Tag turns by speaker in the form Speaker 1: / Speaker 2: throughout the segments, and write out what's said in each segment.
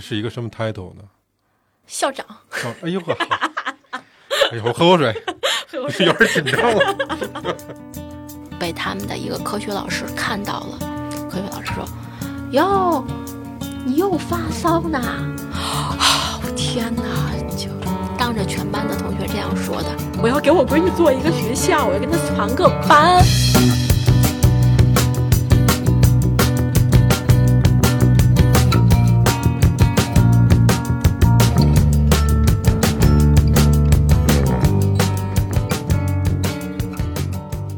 Speaker 1: 是一个什么 title 呢？
Speaker 2: 校长，
Speaker 1: 哦哎呦呵， 哎呦，我喝口水， 有点紧张了。
Speaker 2: 被他们的一个科学老师看到了。科学老师说：“哟，你又发骚呢！”啊，我天哪！就当着全班的同学这样说的。我要给我闺女做一个学校，我要跟她传个班。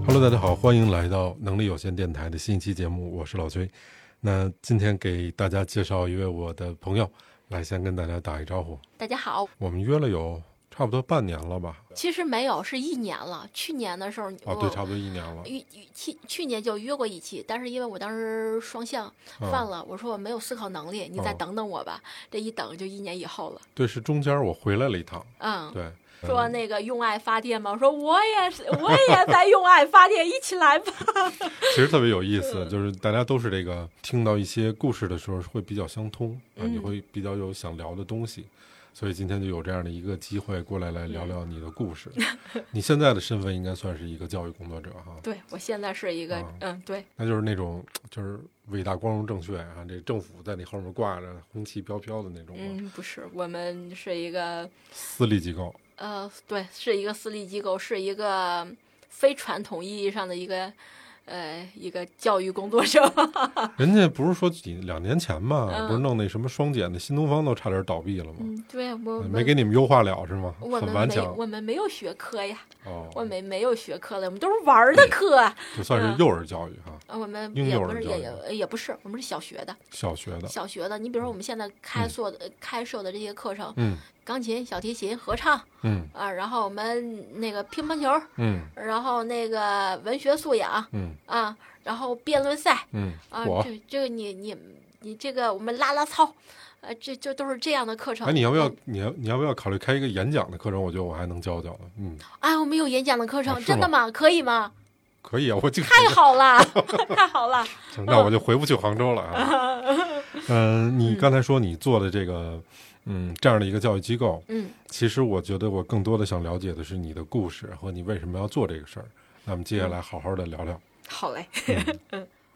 Speaker 1: Hello，大家好，欢迎来到能力有限电台的新一期节目，我是老崔。那今天给大家介绍一位我的朋友，来先跟大家打一招呼。
Speaker 2: 大家好，
Speaker 1: 我们约了有差不多半年了吧？
Speaker 2: 其实没有，是一年了。去年的时候，
Speaker 1: 哦，对，差不多一年了
Speaker 2: 我。约去去年就约过一期，但是因为我当时双向犯
Speaker 1: 嗯，
Speaker 2: 了，我说我没有思考能力，你再
Speaker 1: 哦
Speaker 2: 等等我吧。这一等就一年以后了。
Speaker 1: 对，是中间我回来了一趟。
Speaker 2: 嗯，
Speaker 1: 对，
Speaker 2: 说那个用爱发电嘛，我说我也是，我也在用爱发电，一起来吧。
Speaker 1: 其实特别有意思，
Speaker 2: 嗯
Speaker 1: 就是大家都是这个听到一些故事的时候会比较相通啊，
Speaker 2: 嗯
Speaker 1: 你会比较有想聊的东西，所以今天就有这样的一个机会过来来
Speaker 2: 嗯
Speaker 1: 聊聊你的故 事。你现在的身份应该算是一个教育工作者哈，
Speaker 2: 对我现在是一个
Speaker 1: 啊，
Speaker 2: 嗯，对，
Speaker 1: 那就是那种就是伟大光荣正确啊，这政府在你后面挂着红旗飘飘的那种啊
Speaker 2: 嗯，不是，我们是一个，
Speaker 1: 私立机构。
Speaker 2: 呃，对，是一个私立机构，是一个非传统意义上的一个，呃，一个教育工作者。
Speaker 1: 人家不是说几两年前嘛，
Speaker 2: 啊嗯
Speaker 1: 不是弄那什么双减的新东方都差点倒闭了吗？ 啊
Speaker 2: 嗯，对我
Speaker 1: 没
Speaker 2: 们。
Speaker 1: 给你们优化了是吗？
Speaker 2: 我
Speaker 1: 很
Speaker 2: 们
Speaker 1: 顽
Speaker 2: 没
Speaker 1: 强
Speaker 2: 我们没有学科呀，
Speaker 1: 哦，
Speaker 2: 我们没有学科了，我们都是玩儿的课啊，呃
Speaker 1: 就算是幼儿教育哈。
Speaker 2: 我们
Speaker 1: 婴
Speaker 2: 也
Speaker 1: 幼
Speaker 2: 不
Speaker 1: 儿
Speaker 2: 是
Speaker 1: 教
Speaker 2: 也呃
Speaker 1: 育
Speaker 2: 也也不是，我们是小学的，
Speaker 1: 小学的，
Speaker 2: 小学的，你比如说我们现在开
Speaker 1: 嗯
Speaker 2: 设的、呃开设的这些课程，
Speaker 1: 嗯
Speaker 2: 钢琴、小提琴、合唱
Speaker 1: 嗯
Speaker 2: 啊，然后我们那个乒乓球，
Speaker 1: 嗯
Speaker 2: 然后那个文学素养
Speaker 1: 嗯
Speaker 2: 啊，然后辩论赛
Speaker 1: 嗯，
Speaker 2: 啊，
Speaker 1: 我
Speaker 2: 这这个你你你这个我们拉拉操，呃，这就都是这样的课程。
Speaker 1: 哎，你要不要？你要你要不要考虑开一个演讲的课程？我觉得我还能教教呢。嗯，
Speaker 2: 哎，我们有演讲的课程，
Speaker 1: 啊是
Speaker 2: 真的吗？可以吗？
Speaker 1: 可以啊，我经常
Speaker 2: 太好了，太好了。
Speaker 1: 行， 那我就回不去杭州了啊。 嗯，你刚才说你做的这个，嗯，这样的一个教育机构，
Speaker 2: 嗯，
Speaker 1: 其实我觉得我更多的想了解的是你的故事和你为什么要做这个事儿。那么接下来
Speaker 2: 嗯
Speaker 1: 好好的聊聊，
Speaker 2: 好嘞。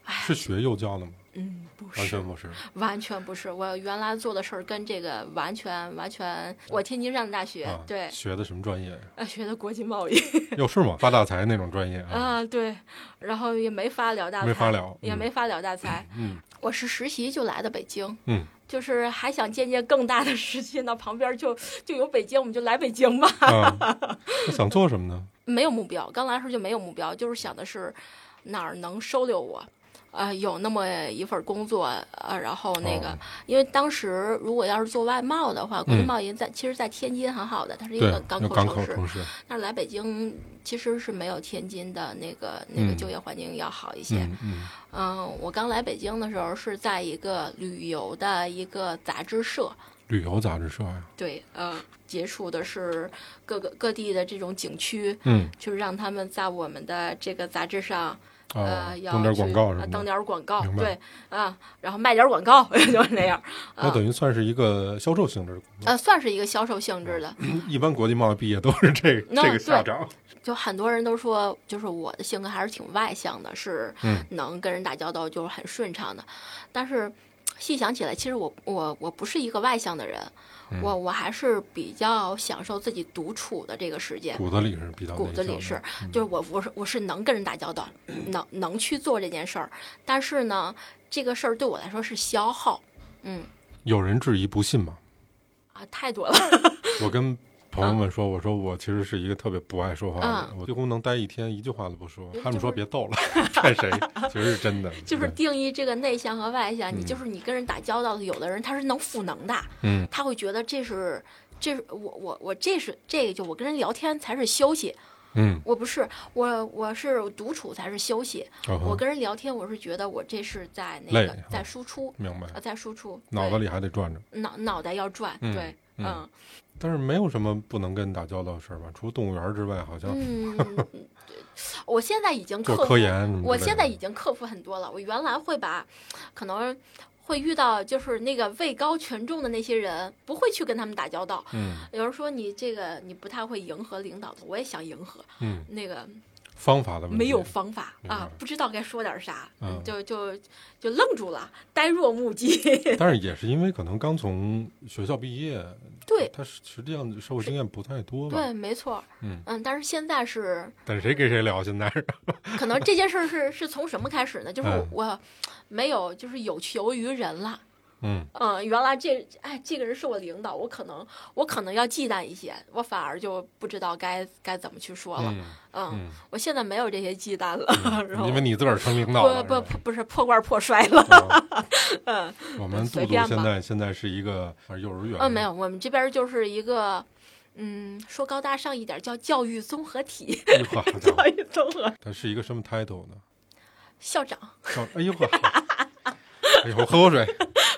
Speaker 1: 是学幼教的吗？
Speaker 2: 嗯，哎不
Speaker 1: 完
Speaker 2: 是
Speaker 1: 全，不是。
Speaker 2: 完全不是。我原来做的事儿跟这个完全完全。我天津上的大学，
Speaker 1: 啊，
Speaker 2: 对，
Speaker 1: 学的什么专业呀？
Speaker 2: 呃，学的国际贸易。
Speaker 1: 哟，是吗？发大财那种专业啊？
Speaker 2: 啊，对，然后也没发了大财，
Speaker 1: 没发了
Speaker 2: 也
Speaker 1: 嗯
Speaker 2: 没发了大财。
Speaker 1: 嗯
Speaker 2: 我是实习就来的北京，
Speaker 1: 嗯
Speaker 2: 就是还想见见更大的世界，那旁边就就有北京，我们就来北京吧。
Speaker 1: 啊， 那想做什么呢？
Speaker 2: 没有目标，刚来的时候就没有目标，就是想的是哪儿能收留我。呃，有那么一份工作，呃，然后那个，
Speaker 1: 哦
Speaker 2: 因为当时如果要是做外贸的话，国际
Speaker 1: 嗯
Speaker 2: 贸易在、其实，在天津很好的，它是一
Speaker 1: 对
Speaker 2: 个，港
Speaker 1: 有
Speaker 2: 口
Speaker 1: 港
Speaker 2: 城
Speaker 1: 口
Speaker 2: 市，
Speaker 1: 城市，
Speaker 2: 但是来北京其实是没有天津的那个那个
Speaker 1: 嗯
Speaker 2: 就业环境要好一些。
Speaker 1: 嗯嗯
Speaker 2: 嗯，我刚来北京的时候是在一个旅游的一个杂志社，
Speaker 1: 旅游杂志社呀，
Speaker 2: 对，呃，接触的是各个各地的这种景区，
Speaker 1: 嗯
Speaker 2: 就是让他们在我们的这个杂志上，
Speaker 1: 啊，
Speaker 2: 呃，要
Speaker 1: 登点广告
Speaker 2: 去
Speaker 1: 什么
Speaker 2: 呃登
Speaker 1: 的，
Speaker 2: 点儿广告
Speaker 1: 明，白
Speaker 2: 对，啊，然后卖点儿广告， 就是那样，
Speaker 1: 那
Speaker 2: 啊，
Speaker 1: 等于算是一个销售性质的工作。
Speaker 2: 呃，算是一个销售性质的。
Speaker 1: 一般国际贸易毕业都是这
Speaker 2: 那
Speaker 1: 这个下场，
Speaker 2: 就很多人都说，就是我的性格还是挺外向的，是
Speaker 1: 嗯
Speaker 2: 能跟人打交道就是很顺畅的。但是细想起来，其实我我我不是一个外向的人，
Speaker 1: 嗯
Speaker 2: 我我还是比较享受自己独处的这个时间。
Speaker 1: 骨子里是比较
Speaker 2: 骨子
Speaker 1: 内
Speaker 2: 里
Speaker 1: 向
Speaker 2: 是
Speaker 1: 的，嗯
Speaker 2: 就是我我是我是能跟人打交道，能能去做这件事儿，但是呢，这个事儿对我来说是消耗，嗯
Speaker 1: 有人质疑不信 嘛？
Speaker 2: 啊，太多了，
Speaker 1: 我跟朋
Speaker 2: 嗯
Speaker 1: 友们说，我说我其实是一个特别不爱说话的人，我几乎能待一天一句话都不说。他们说别逗了， 看谁，其实是真的，
Speaker 2: 哎 就是
Speaker 1: 对
Speaker 2: 定义这个内向和外向，你
Speaker 1: 嗯
Speaker 2: 就是你跟人打交道的，有的人他是能赋能的，
Speaker 1: 嗯
Speaker 2: 他会觉得这是这是我我我这是这个就我跟人聊天才是休息，
Speaker 1: 嗯，
Speaker 2: 我不是我我是独处才是休息，
Speaker 1: 然
Speaker 2: 我
Speaker 1: 后
Speaker 2: 跟人聊天我是觉得我这是在那
Speaker 1: 哦累
Speaker 2: 个
Speaker 1: 啊
Speaker 2: 在输出
Speaker 1: 明白，
Speaker 2: 呃在输出，
Speaker 1: 脑子
Speaker 2: 对
Speaker 1: 里还得转着。
Speaker 2: 脑脑袋要转，
Speaker 1: 嗯
Speaker 2: 对，
Speaker 1: 嗯
Speaker 2: 嗯
Speaker 1: 但是没有什么不能跟人打交道的事儿吧？除动物园儿之外，好像
Speaker 2: 嗯，对我现在已经
Speaker 1: 做
Speaker 2: 克
Speaker 1: 嗯
Speaker 2: 服
Speaker 1: 科研什么之类的。
Speaker 2: 我现在已经克服很多了。我原来会把可能会遇到就是那个位高权重的那些人，不会去跟他们打交道。
Speaker 1: 嗯
Speaker 2: 有人说你这个你不太会迎合领导的，我也想迎合，
Speaker 1: 嗯，
Speaker 2: 那个
Speaker 1: 方法的问题
Speaker 2: 没有 方法
Speaker 1: 明白
Speaker 2: 啊，不知道该说点啥，
Speaker 1: 嗯
Speaker 2: 就就就愣住了，呆若木鸡。
Speaker 1: 但是也是因为可能刚从学校毕业，
Speaker 2: 对
Speaker 1: 他实实际上社会经验不太多吧？
Speaker 2: 对，没错儿，
Speaker 1: 嗯
Speaker 2: 但是现在是
Speaker 1: 但是谁跟谁聊现在 是？
Speaker 2: 可能这件事儿是是从什么开始呢？就是
Speaker 1: 嗯
Speaker 2: 我没有就是有求于人了。
Speaker 1: 嗯
Speaker 2: 嗯，原来这哎，这个人是我领导，我可能我可能要忌惮一些，我反而就不知道该该怎么去说了。
Speaker 1: 嗯
Speaker 2: 嗯，
Speaker 1: 嗯，
Speaker 2: 我现在没有这些忌惮了，然后
Speaker 1: 因为你自个儿成领导了
Speaker 2: 不
Speaker 1: 是
Speaker 2: 不
Speaker 1: 吧。
Speaker 2: 不不是破罐破摔 了。 嗯
Speaker 1: 我们
Speaker 2: 随
Speaker 1: 杜杜
Speaker 2: 便吧
Speaker 1: 现在现在是一个呃幼儿园，
Speaker 2: 嗯，没有，我们这边儿就是一个。嗯，说高大上一点儿叫教育综合体，
Speaker 1: 哎呦呵，好家伙
Speaker 2: 教育综合
Speaker 1: 他是一个什么 title 呢？
Speaker 2: 校长，
Speaker 1: 叫哎呦呵， 哎呦，我喝口水，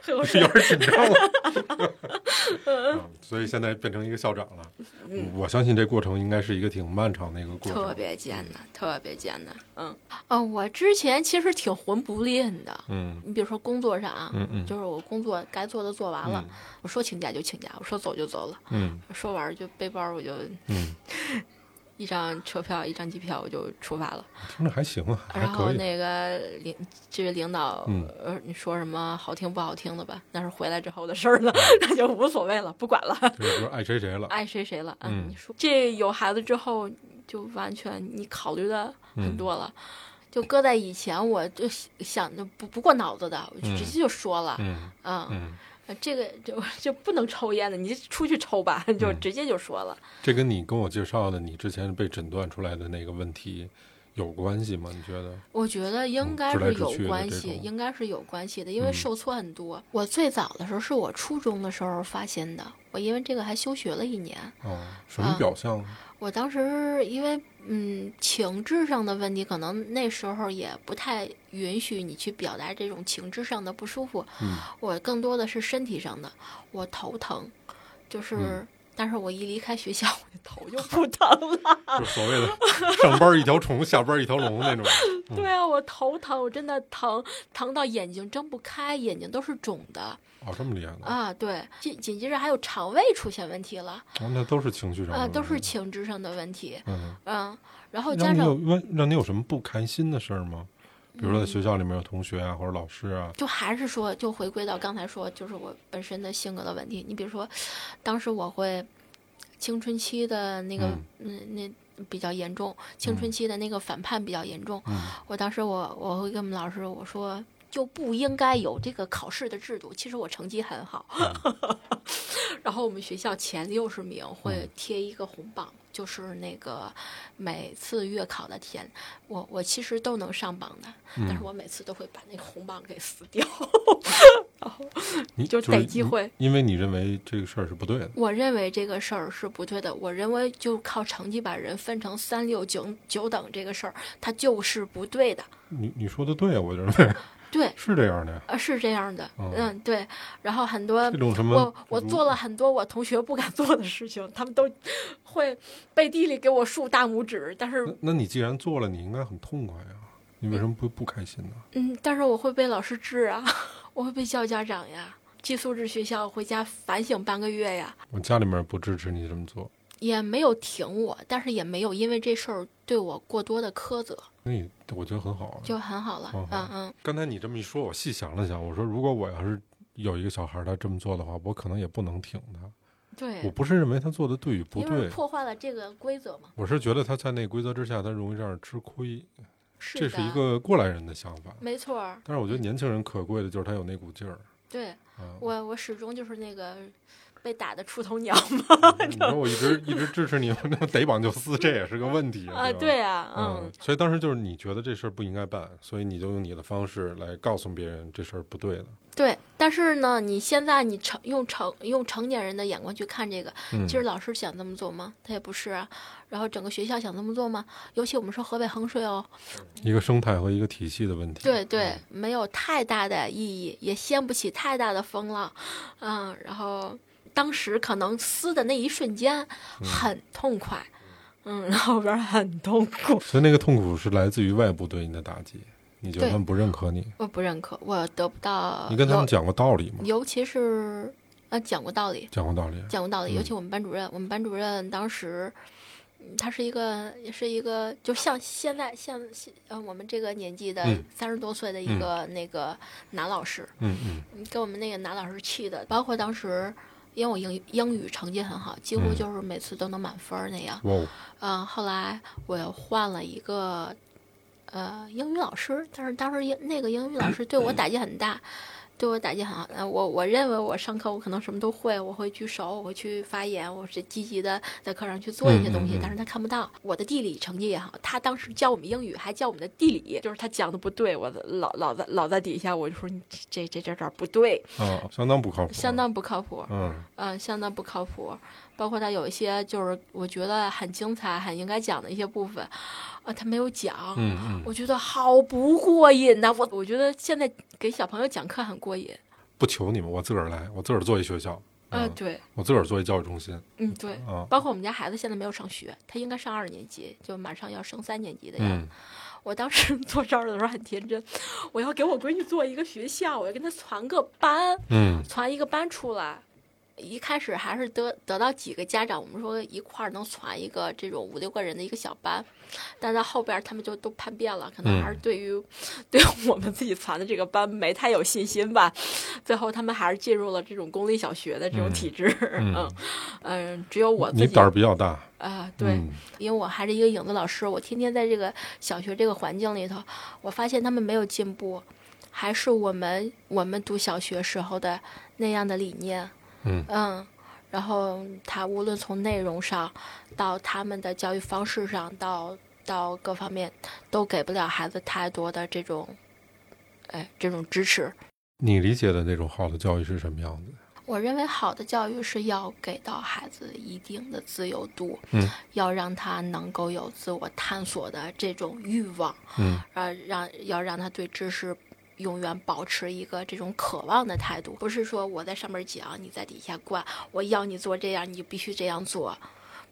Speaker 2: 喝口水
Speaker 1: 有点紧张了。嗯所以现在变成一个校长了，我相信这过程应该是一个挺漫长的一个过
Speaker 2: 嗯特
Speaker 1: 程。
Speaker 2: 别艰难，特别艰难。嗯，哦，我之前其实挺混不吝的，
Speaker 1: 嗯
Speaker 2: 你比如说工作上啊，
Speaker 1: 嗯嗯
Speaker 2: 就是我工作该做的做完了，我说请假就请假，我说走就走了，
Speaker 1: 嗯
Speaker 2: 说完就背包我就
Speaker 1: 嗯，
Speaker 2: 一张车票一张机票我就出发了，
Speaker 1: 听着还行啊，还
Speaker 2: 然后
Speaker 1: 可以。
Speaker 2: 那个领这位领导，
Speaker 1: 嗯
Speaker 2: 呃，你说什么好听不好听的吧，那是回来之后的事儿了， 那就无所谓了，不管了，
Speaker 1: 就是说爱谁谁了，
Speaker 2: 爱谁谁了。嗯，
Speaker 1: 嗯
Speaker 2: 你说这有孩子之后，就完全你考虑的很
Speaker 1: 嗯
Speaker 2: 多了。就搁在以前，我就想的不不过脑子的，我就直接就说了，
Speaker 1: 嗯
Speaker 2: 嗯，
Speaker 1: 嗯，
Speaker 2: 呃这个就 就不能抽烟的，你出去抽吧，就
Speaker 1: 嗯
Speaker 2: 直接就说了。
Speaker 1: 这跟你跟我介绍的你之前被诊断出来的那个问题有关系吗？你觉得？
Speaker 2: 我觉得应
Speaker 1: 嗯
Speaker 2: 该
Speaker 1: 直来
Speaker 2: 是
Speaker 1: 直
Speaker 2: 有
Speaker 1: 去的
Speaker 2: 关
Speaker 1: 这
Speaker 2: 系，
Speaker 1: 种嗯
Speaker 2: 应该是有关系的，因为受挫很多。我最早的时候是我初中的时候发现的，我因为这个还休学了一年。
Speaker 1: 哦，什
Speaker 2: 啊
Speaker 1: 么表象？
Speaker 2: 我当时因为嗯情志上的问题，可能那时候也不太允许你去表达这种情志上的不舒服。
Speaker 1: 嗯
Speaker 2: 我更多的是身体上的，我头疼，就是、
Speaker 1: 嗯
Speaker 2: 但是我一离开学校，我的头就不疼了。
Speaker 1: 就所谓的上班一条虫，下班一条龙那种。
Speaker 2: 对啊，我头疼，我真的疼，疼到眼睛睁不开，眼睛都是肿的
Speaker 1: 哦，这么厉害的，
Speaker 2: 啊！对，紧紧接着还有肠胃出现问题了
Speaker 1: 哦嗯那都是情绪上的
Speaker 2: 啊，
Speaker 1: 问题。
Speaker 2: 都是情志上的问题，
Speaker 1: 嗯，
Speaker 2: 嗯，然后
Speaker 1: 让
Speaker 2: 加
Speaker 1: 你有
Speaker 2: 上
Speaker 1: 问让你有什么不开心的事儿吗？比如说在
Speaker 2: 嗯
Speaker 1: 学校里面有同学啊，或者老师啊，
Speaker 2: 就还是说，就回归到刚才说，就是我本身的性格的问题。你比如说，当时我会青春期的那个，嗯，那比较严重，青春期的那个反叛比较严重。
Speaker 1: 嗯
Speaker 2: 我当时我我会跟我们老师我说。就不应该有这个考试的制度。其实我成绩很好， 然后我们学校前六十名会贴一个红榜，就是那个每次月考的前，我我其实都能上榜的，但是我每次都会把那个红榜给撕掉。
Speaker 1: 你
Speaker 2: 就是逮机会
Speaker 1: 你因为你认为这个事儿是不对的。
Speaker 2: 我认为这个事儿是不对的。我认为就靠成绩把人分成三六九九等这个事儿，它就是不对的。
Speaker 1: 你你说的对啊，我认为
Speaker 2: 对，
Speaker 1: 是这样的呀。
Speaker 2: 呃，是这样的。
Speaker 1: 哦
Speaker 2: 嗯，对。然后很多
Speaker 1: 这种什么
Speaker 2: 呃我我做了很多我同学不敢做的事情，他们都会背地里给我竖大拇指，但是
Speaker 1: 那那你既然做了，你应该很痛快呀。你为什么不不开心呢？
Speaker 2: 嗯，但是我会被老师治啊， 我会被叫家长呀，寄宿制学校回家反省半个月呀，
Speaker 1: 我家里面不支持你这么做，
Speaker 2: 也没有停我，但是也没有因为这事儿对我过多的苛责，
Speaker 1: 那你我觉得很好啊。
Speaker 2: 就很好了。
Speaker 1: 哦
Speaker 2: 嗯嗯，
Speaker 1: 刚才你这么一说，我细想了想，我说如果我要是有一个小孩儿，他这么做的话，我可能也不能挺他。我
Speaker 2: 对，
Speaker 1: 不是认为他做的对与不
Speaker 2: 因为
Speaker 1: 对，
Speaker 2: 破坏了这个规则嘛。
Speaker 1: 我是觉得他在那规则之下，他容易让人吃亏。
Speaker 2: 是
Speaker 1: 这
Speaker 2: 的，
Speaker 1: 是
Speaker 2: 嗯
Speaker 1: 一个过来人的想法。
Speaker 2: 没错儿。
Speaker 1: 但是我觉得年轻人可贵的就是他有那股劲儿
Speaker 2: 对
Speaker 1: 啊！
Speaker 2: 我，我始终就是那个被打的出头鸟嘛。
Speaker 1: 你说我一直一直支持你，那么逮绑就撕，这也是个问题
Speaker 2: 啊，
Speaker 1: 吧
Speaker 2: 对啊，
Speaker 1: 嗯
Speaker 2: 嗯，，
Speaker 1: 所以当时就是你觉得这事儿不应该办，所以你就用你的方式来告诉别人这事儿不对的。
Speaker 2: 对。但是呢，你现在你成用成用成年人的眼光去看这个，
Speaker 1: 嗯
Speaker 2: 其实老师想这么做吗？他也不是啊。然后整个学校想这么做吗？尤其我们说河北衡水哦，
Speaker 1: 一个生态和一个体系的问题。嗯
Speaker 2: 对对，没有太大的意义，也掀不起太大的风浪，嗯，然后当时可能撕的那一瞬间很痛快，嗯，后边很痛苦，
Speaker 1: 所以那个痛苦是来自于外部对你的打击。你觉得他们不认可你？
Speaker 2: 我不认可，我得不到。
Speaker 1: 你跟他们讲过道理吗？
Speaker 2: 尤，尤其是呃，讲过道理，
Speaker 1: 讲过道理。啊
Speaker 2: 讲过道
Speaker 1: 嗯
Speaker 2: 理。尤其我们班主任，我们班主任当时，嗯他是一个，也是一个，就像现在像现呃我们这个年纪的
Speaker 1: 嗯
Speaker 2: 三十多岁的一个那个男老师，
Speaker 1: 嗯嗯
Speaker 2: 给我们那个男老师气的。包括当时，因为我英英语成绩很好，几乎
Speaker 1: 嗯
Speaker 2: 就是每次都能满分儿那样。
Speaker 1: 哇哦，
Speaker 2: 嗯，后来我又换了一个呃英语老师，但是当时英那个英语老师对我打击很大，对我打击很好。呃我我认为我上课我可能什么都会，我会举手，我会去发言，我是积极的在课上去做一些东西，
Speaker 1: 嗯嗯嗯
Speaker 2: 但是他看不到。我的地理成绩也好，他当时教我们英语，还教我们的地理，就是他讲的不对，我老老在老在底下我就说你这这这这儿不对，
Speaker 1: 啊，相当不靠谱，
Speaker 2: 相当不靠谱。
Speaker 1: 嗯
Speaker 2: 嗯，相当不靠谱。包括他有一些就是我觉得很精彩、很应该讲的一些部分，啊，他没有讲，
Speaker 1: 嗯嗯，
Speaker 2: 我觉得好不过瘾呐、我我觉得现在给小朋友讲课很过瘾。
Speaker 1: 不求你们，我自个儿来，我自个儿做一学校，
Speaker 2: 啊、
Speaker 1: 嗯，
Speaker 2: 对，
Speaker 1: 我自个儿做一教育中心
Speaker 2: 嗯对。
Speaker 1: 啊，
Speaker 2: 包括我们家孩子现在没有上学，他应该上二年级，就马上要升三年级的样子。
Speaker 1: 嗯
Speaker 2: 我当时 做这儿的时候很天真，我要给我闺女做一个学校，我要跟她传个班，
Speaker 1: 嗯
Speaker 2: 传一个班出来，一开始还是得得到几个家长，我们说一块儿能传一个这种五六个人的一个小班，但到后边儿他们就都叛变了，可能还是对于、 对我们自己传的这个班没太有信心吧，最后他们还是进入了这种公立小学的这种体制，嗯
Speaker 1: 嗯，
Speaker 2: 嗯只有我自己
Speaker 1: 你胆儿比较大，
Speaker 2: 啊、对。
Speaker 1: 嗯
Speaker 2: 因为我还是一个影子老师，我天天在这个小学这个环境里头，我发现他们没有进步，还是我们我们读小学时候的那样的理念。
Speaker 1: 嗯
Speaker 2: 然后他无论从内容上，到他们的教育方式上，到到各方面，都给不了孩子太多的这种，哎，这种支持。
Speaker 1: 你理解的那种好的教育是什么样子？
Speaker 2: 我认为好的教育是要给到孩子一定的自由度，
Speaker 1: 嗯，
Speaker 2: 要让他能够有自我探索的这种欲望，
Speaker 1: 嗯
Speaker 2: 呃，让要让他对知识永远保持一个这种渴望的态度，不是说我在上面讲，你在底下灌，我要你做这样，你就必须这样做，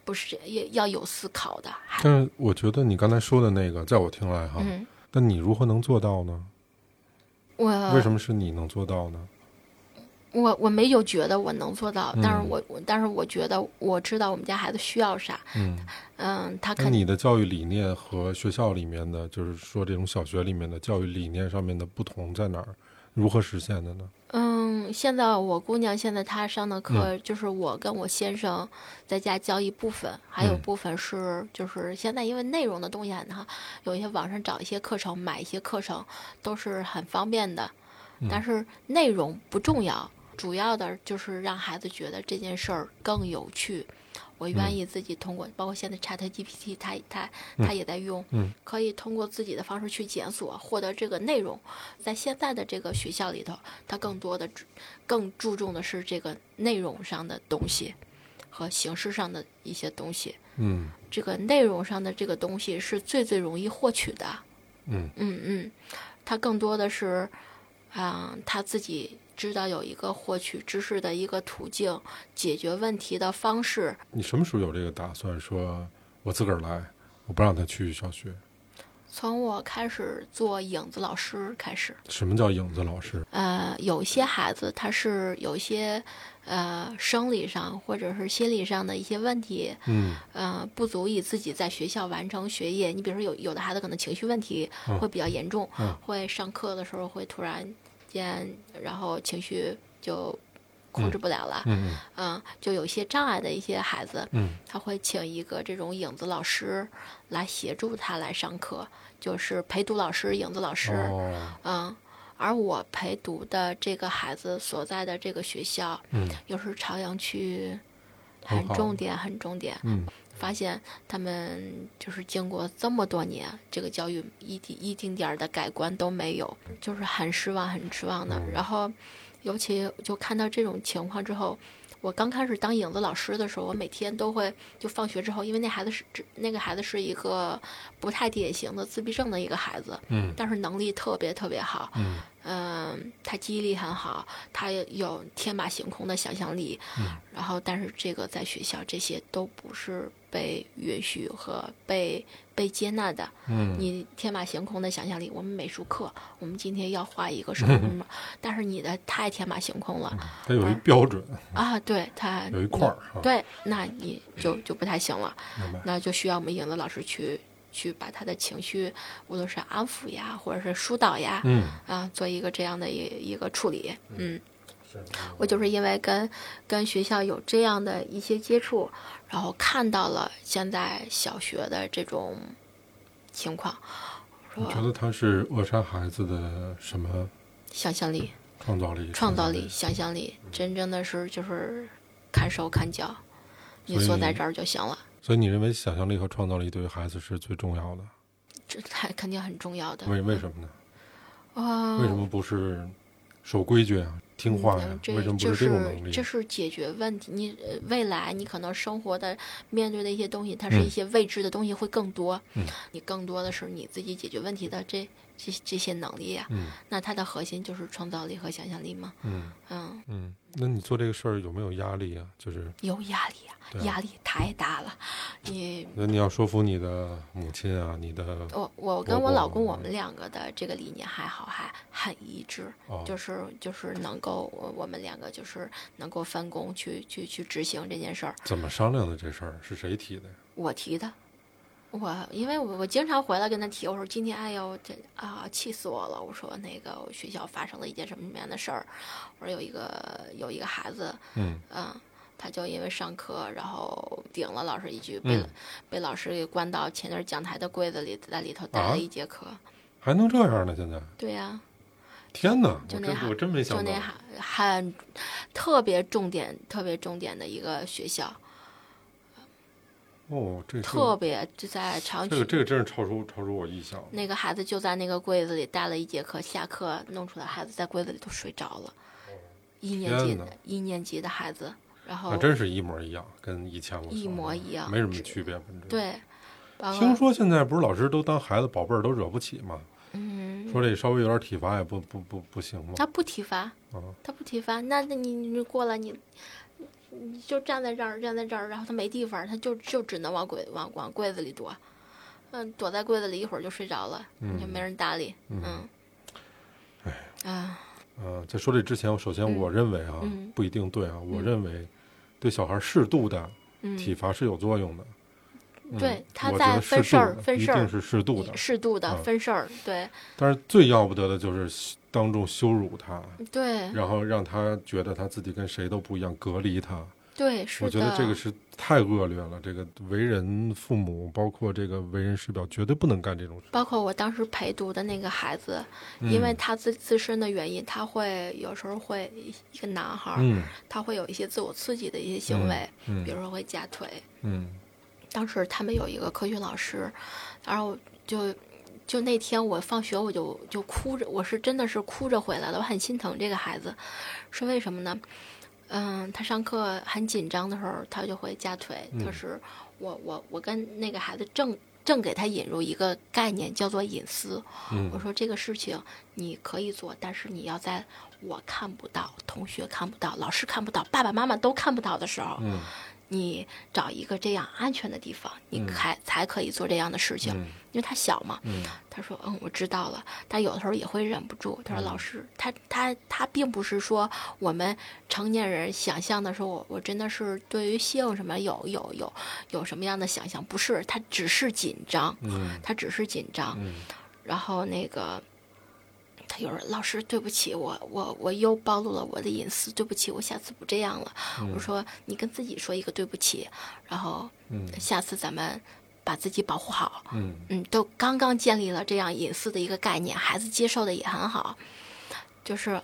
Speaker 2: 不是也要有思考的，还
Speaker 1: 但是我觉得你刚才说的那个，在我听来哈，
Speaker 2: 嗯，
Speaker 1: 那你如何能做到呢？
Speaker 2: 我
Speaker 1: 为什么是你能做到呢？
Speaker 2: 我我没有觉得我能做到，但是
Speaker 1: 嗯
Speaker 2: 我我但是我觉得我知道我们家孩子需要啥，
Speaker 1: 嗯，
Speaker 2: 嗯，他
Speaker 1: 那
Speaker 2: 肯定。
Speaker 1: 你的教育理念和学校里面的，就是说这种小学里面的教育理念上面的不同在哪儿？如何实现的呢？
Speaker 2: 嗯，现在我姑娘现在她上的
Speaker 1: 嗯
Speaker 2: 课就是我跟我先生在家教一部分，还有
Speaker 1: 嗯
Speaker 2: 部分是就是现在因为内容的东西很哈，有一些网上找一些课程，买一些课程都是很方便的，但
Speaker 1: 嗯
Speaker 2: 是内容不重要，主要的就是让孩子觉得这件事儿更有趣。我愿
Speaker 1: 嗯
Speaker 2: 意自己通过，包括现在 Chat GPT，它它
Speaker 1: 嗯
Speaker 2: 它也在用，
Speaker 1: 嗯
Speaker 2: 可以通过自己的方式去检索获得这个内容。在现在的这个学校里头，它更多的注更注重的是这个内容上的东西和形式上的一些东西。
Speaker 1: 嗯
Speaker 2: 这个内容上的这个东西是最最容易获取的。
Speaker 1: 嗯
Speaker 2: 嗯嗯，它更多的是，啊、他自己知道有一个获取知识的一个途径，解决问题的方式。
Speaker 1: 你什么时候有这个打算？说我自个儿来，我不让他去小学。
Speaker 2: 从我开始做影子老师开始，
Speaker 1: 什么叫影子老师？
Speaker 2: 呃，有一些孩子他是有一些呃生理上或者是心理上的一些问题，
Speaker 1: 嗯
Speaker 2: 呃，不足以自己在学校完成学业。你比如说有有的孩子可能情绪问题会比较严重，
Speaker 1: 嗯
Speaker 2: 会上课的时候会突然间，然后情绪就控制不了了，
Speaker 1: 嗯嗯
Speaker 2: 嗯，就有一些障碍的一些孩子，
Speaker 1: 嗯
Speaker 2: 他会请一个这种影子老师来协助他来上课，就是陪读老师、影子老师，
Speaker 1: 哦
Speaker 2: 嗯。而我陪读的这个孩子所在的这个学校，
Speaker 1: 嗯
Speaker 2: 又是朝阳区，
Speaker 1: 很
Speaker 2: 很
Speaker 1: 好
Speaker 2: 重点、很重点。
Speaker 1: 嗯
Speaker 2: 发现他们就是经过这么多年，这个教育一丁一丁点儿的改观都没有，就是很失望、很失望的。
Speaker 1: 嗯
Speaker 2: 然后，尤其就看到这种情况之后，我刚开始当影子老师的时候，我每天都会就放学之后，因为那孩子是只那个孩子是一个不太典型的自闭症的一个孩子，
Speaker 1: 嗯
Speaker 2: 但是能力特别特别好，
Speaker 1: 嗯
Speaker 2: 嗯，他记忆力很好，他有天马行空的想象力，然后但是这个在学校这些都不是被允许和被被接纳的。
Speaker 1: 嗯
Speaker 2: 你天马行空的想象力，我们美术课，我们今天要画一个什么 什么，但是你的太天马行空了
Speaker 1: 它有一标准，
Speaker 2: 啊！对他
Speaker 1: 嗯有一块儿啊，
Speaker 2: 嗯对，那你就就不太行了。
Speaker 1: 明白？
Speaker 2: 那就需要我们引导老师去去把他的情绪，无论是安抚呀，或者是疏导呀，
Speaker 1: 嗯，
Speaker 2: 啊，做一个这样的一一个处理。嗯，
Speaker 1: 是
Speaker 2: 我就是因为跟跟学校有这样的一些接触，然后看到了现在小学的这种情况，
Speaker 1: 你觉
Speaker 2: 说
Speaker 1: 得它是扼杀孩子的什么
Speaker 2: 想象力、
Speaker 1: 创造力？
Speaker 2: 创造力、想象力，
Speaker 1: 嗯
Speaker 2: 真正的是就是看手看脚，你
Speaker 1: 所以
Speaker 2: 坐在这儿就行了。
Speaker 1: 所以你认为想象力和创造力对于孩子是最重要的？
Speaker 2: 这还肯定很重要的。
Speaker 1: 为为什么呢？
Speaker 2: 啊，
Speaker 1: 为什么不是守规矩啊、听话呀、
Speaker 2: 嗯这
Speaker 1: 为什么不
Speaker 2: 这
Speaker 1: 这种能力？啊
Speaker 2: 这是解决问题。你呃未来你可能生活的面对的一些东西，它是
Speaker 1: 嗯
Speaker 2: 一些未知的东西会更多。
Speaker 1: 嗯
Speaker 2: 你更多的是你自己解决问题的这这这些能力呀、
Speaker 1: 嗯
Speaker 2: 那它的核心就是创造力和想象力嘛。
Speaker 1: 嗯
Speaker 2: 嗯，
Speaker 1: 嗯，那你做这个事儿有没有压力啊？就是
Speaker 2: 有压力呀、
Speaker 1: 对啊
Speaker 2: 压力太大了。你
Speaker 1: 那你要说服你的母亲啊，你的
Speaker 2: 我我跟我老公，我们两个的这个理念还好，还很一致。
Speaker 1: 哦，
Speaker 2: 就是就是能够，我我们两个就是能够分工去去去执行这件事儿，
Speaker 1: 怎么商量的这事儿？是谁提的呀？
Speaker 2: 我提的。我因为我我经常回来跟他提，我说今天哎呦这啊气死我了！我说那个我学校发生了一件什么什么样的事儿，我说有一个有一个孩子，
Speaker 1: 嗯
Speaker 2: 嗯，他就因为上课然后顶了老师一句，被、
Speaker 1: 嗯，
Speaker 2: 被老师给关到前面讲台的柜子里，在里头待
Speaker 1: 啊
Speaker 2: 了一节课。
Speaker 1: 还能这样呢？现在
Speaker 2: 对呀、
Speaker 1: 天哪，
Speaker 2: 就
Speaker 1: 我
Speaker 2: 那
Speaker 1: 真
Speaker 2: 孩
Speaker 1: 我真没
Speaker 2: 就
Speaker 1: 想到
Speaker 2: 那，很很特别重点、特别重点的一个学校，
Speaker 1: 哦，这这
Speaker 2: 特
Speaker 1: 个
Speaker 2: 别就在长
Speaker 1: 这
Speaker 2: 区
Speaker 1: 个这个真是超出超出我意想。
Speaker 2: 那个孩子就在那个柜子里待了一节课，下课弄出来，孩子在柜子里都睡着了。一年级
Speaker 1: 天哪
Speaker 2: 的一年级的孩子，然后
Speaker 1: 那真是一模一样，跟以前我
Speaker 2: 一
Speaker 1: 说的
Speaker 2: 模一样
Speaker 1: 啊没什么
Speaker 2: 只
Speaker 1: 区别。本质，
Speaker 2: 对，包
Speaker 1: 听
Speaker 2: 括
Speaker 1: 说现在不是老师都当孩子宝贝儿都惹不起吗？
Speaker 2: 嗯，
Speaker 1: 说这稍微有点体罚也不不不不行吗？
Speaker 2: 他不体罚，
Speaker 1: 啊，
Speaker 2: 他不体罚，那那你你过来你。你就站在这儿，站在这儿，然后他没地方，他就就只能往柜往往柜子里躲，嗯，躲在柜子里一会儿就睡着了，
Speaker 1: 嗯哎
Speaker 2: 你就没人搭理，嗯，啊，
Speaker 1: 呃，在说这之前，我首先我认为啊，
Speaker 2: 嗯
Speaker 1: 不一定对啊，我
Speaker 2: 嗯
Speaker 1: 认为对小孩适度的
Speaker 2: 嗯，
Speaker 1: 体罚是有作用的。嗯
Speaker 2: 对他
Speaker 1: 我
Speaker 2: 在
Speaker 1: 觉得
Speaker 2: 分
Speaker 1: 适度
Speaker 2: 事儿
Speaker 1: 的一
Speaker 2: 分事儿
Speaker 1: 定是适度的。
Speaker 2: 适度的
Speaker 1: 啊
Speaker 2: 分事儿，对
Speaker 1: 但是最要不得的就是当众羞辱他，
Speaker 2: 对
Speaker 1: 然后让他觉得他自己跟谁都不一样，隔离他。
Speaker 2: 对，是的。
Speaker 1: 我觉得这个是太恶劣了。这个为人父母，包括这个为人师表，绝对不能干这种事。
Speaker 2: 包括我当时陪读的那个孩子，因为
Speaker 1: 嗯
Speaker 2: 他自自身的原因，他会有时候会一个男孩儿，
Speaker 1: 嗯
Speaker 2: 他会有一些自我刺激的一些行为，比
Speaker 1: 嗯
Speaker 2: 如说会夹腿。
Speaker 1: 嗯
Speaker 2: 当时他们有一个科学老师，然后就就那天我放学我就就哭着，我是真的是哭着回来的，我很心疼这个孩子，是为什么呢？嗯，他上课很紧张的时候，他就会夹腿。
Speaker 1: 嗯
Speaker 2: 可是我我我跟那个孩子正正给他引入一个概念，叫做隐私。我
Speaker 1: 嗯
Speaker 2: 说这个事情你可以做，但是你要在我看不到、同学看不到、老师看不到、爸爸妈妈都看不到的时候，
Speaker 1: 嗯
Speaker 2: 你找一个这样安全的地方，你
Speaker 1: 嗯
Speaker 2: 才、才可以做这样的事情。
Speaker 1: 嗯
Speaker 2: 因为他小嘛，
Speaker 1: 嗯
Speaker 2: 他说嗯我知道了，但有的时候也会忍不住。他说
Speaker 1: 嗯
Speaker 2: 老师，他他他并不是说我们成年人想象的说我我真的是对于性什么有有有有什么样的想象，不是，他只是紧张，
Speaker 1: 嗯
Speaker 2: 他只是紧张。
Speaker 1: 嗯
Speaker 2: 然后那个他有人老师对不起我我我又暴露了我的隐私，对不起，我下次不这样了。我说你跟自己说一个对不起，然后
Speaker 1: 嗯
Speaker 2: 下次咱们把自己保护好。
Speaker 1: 嗯。
Speaker 2: 嗯，都刚刚建立了这样隐私的一个概念，孩子接受的也很好。就是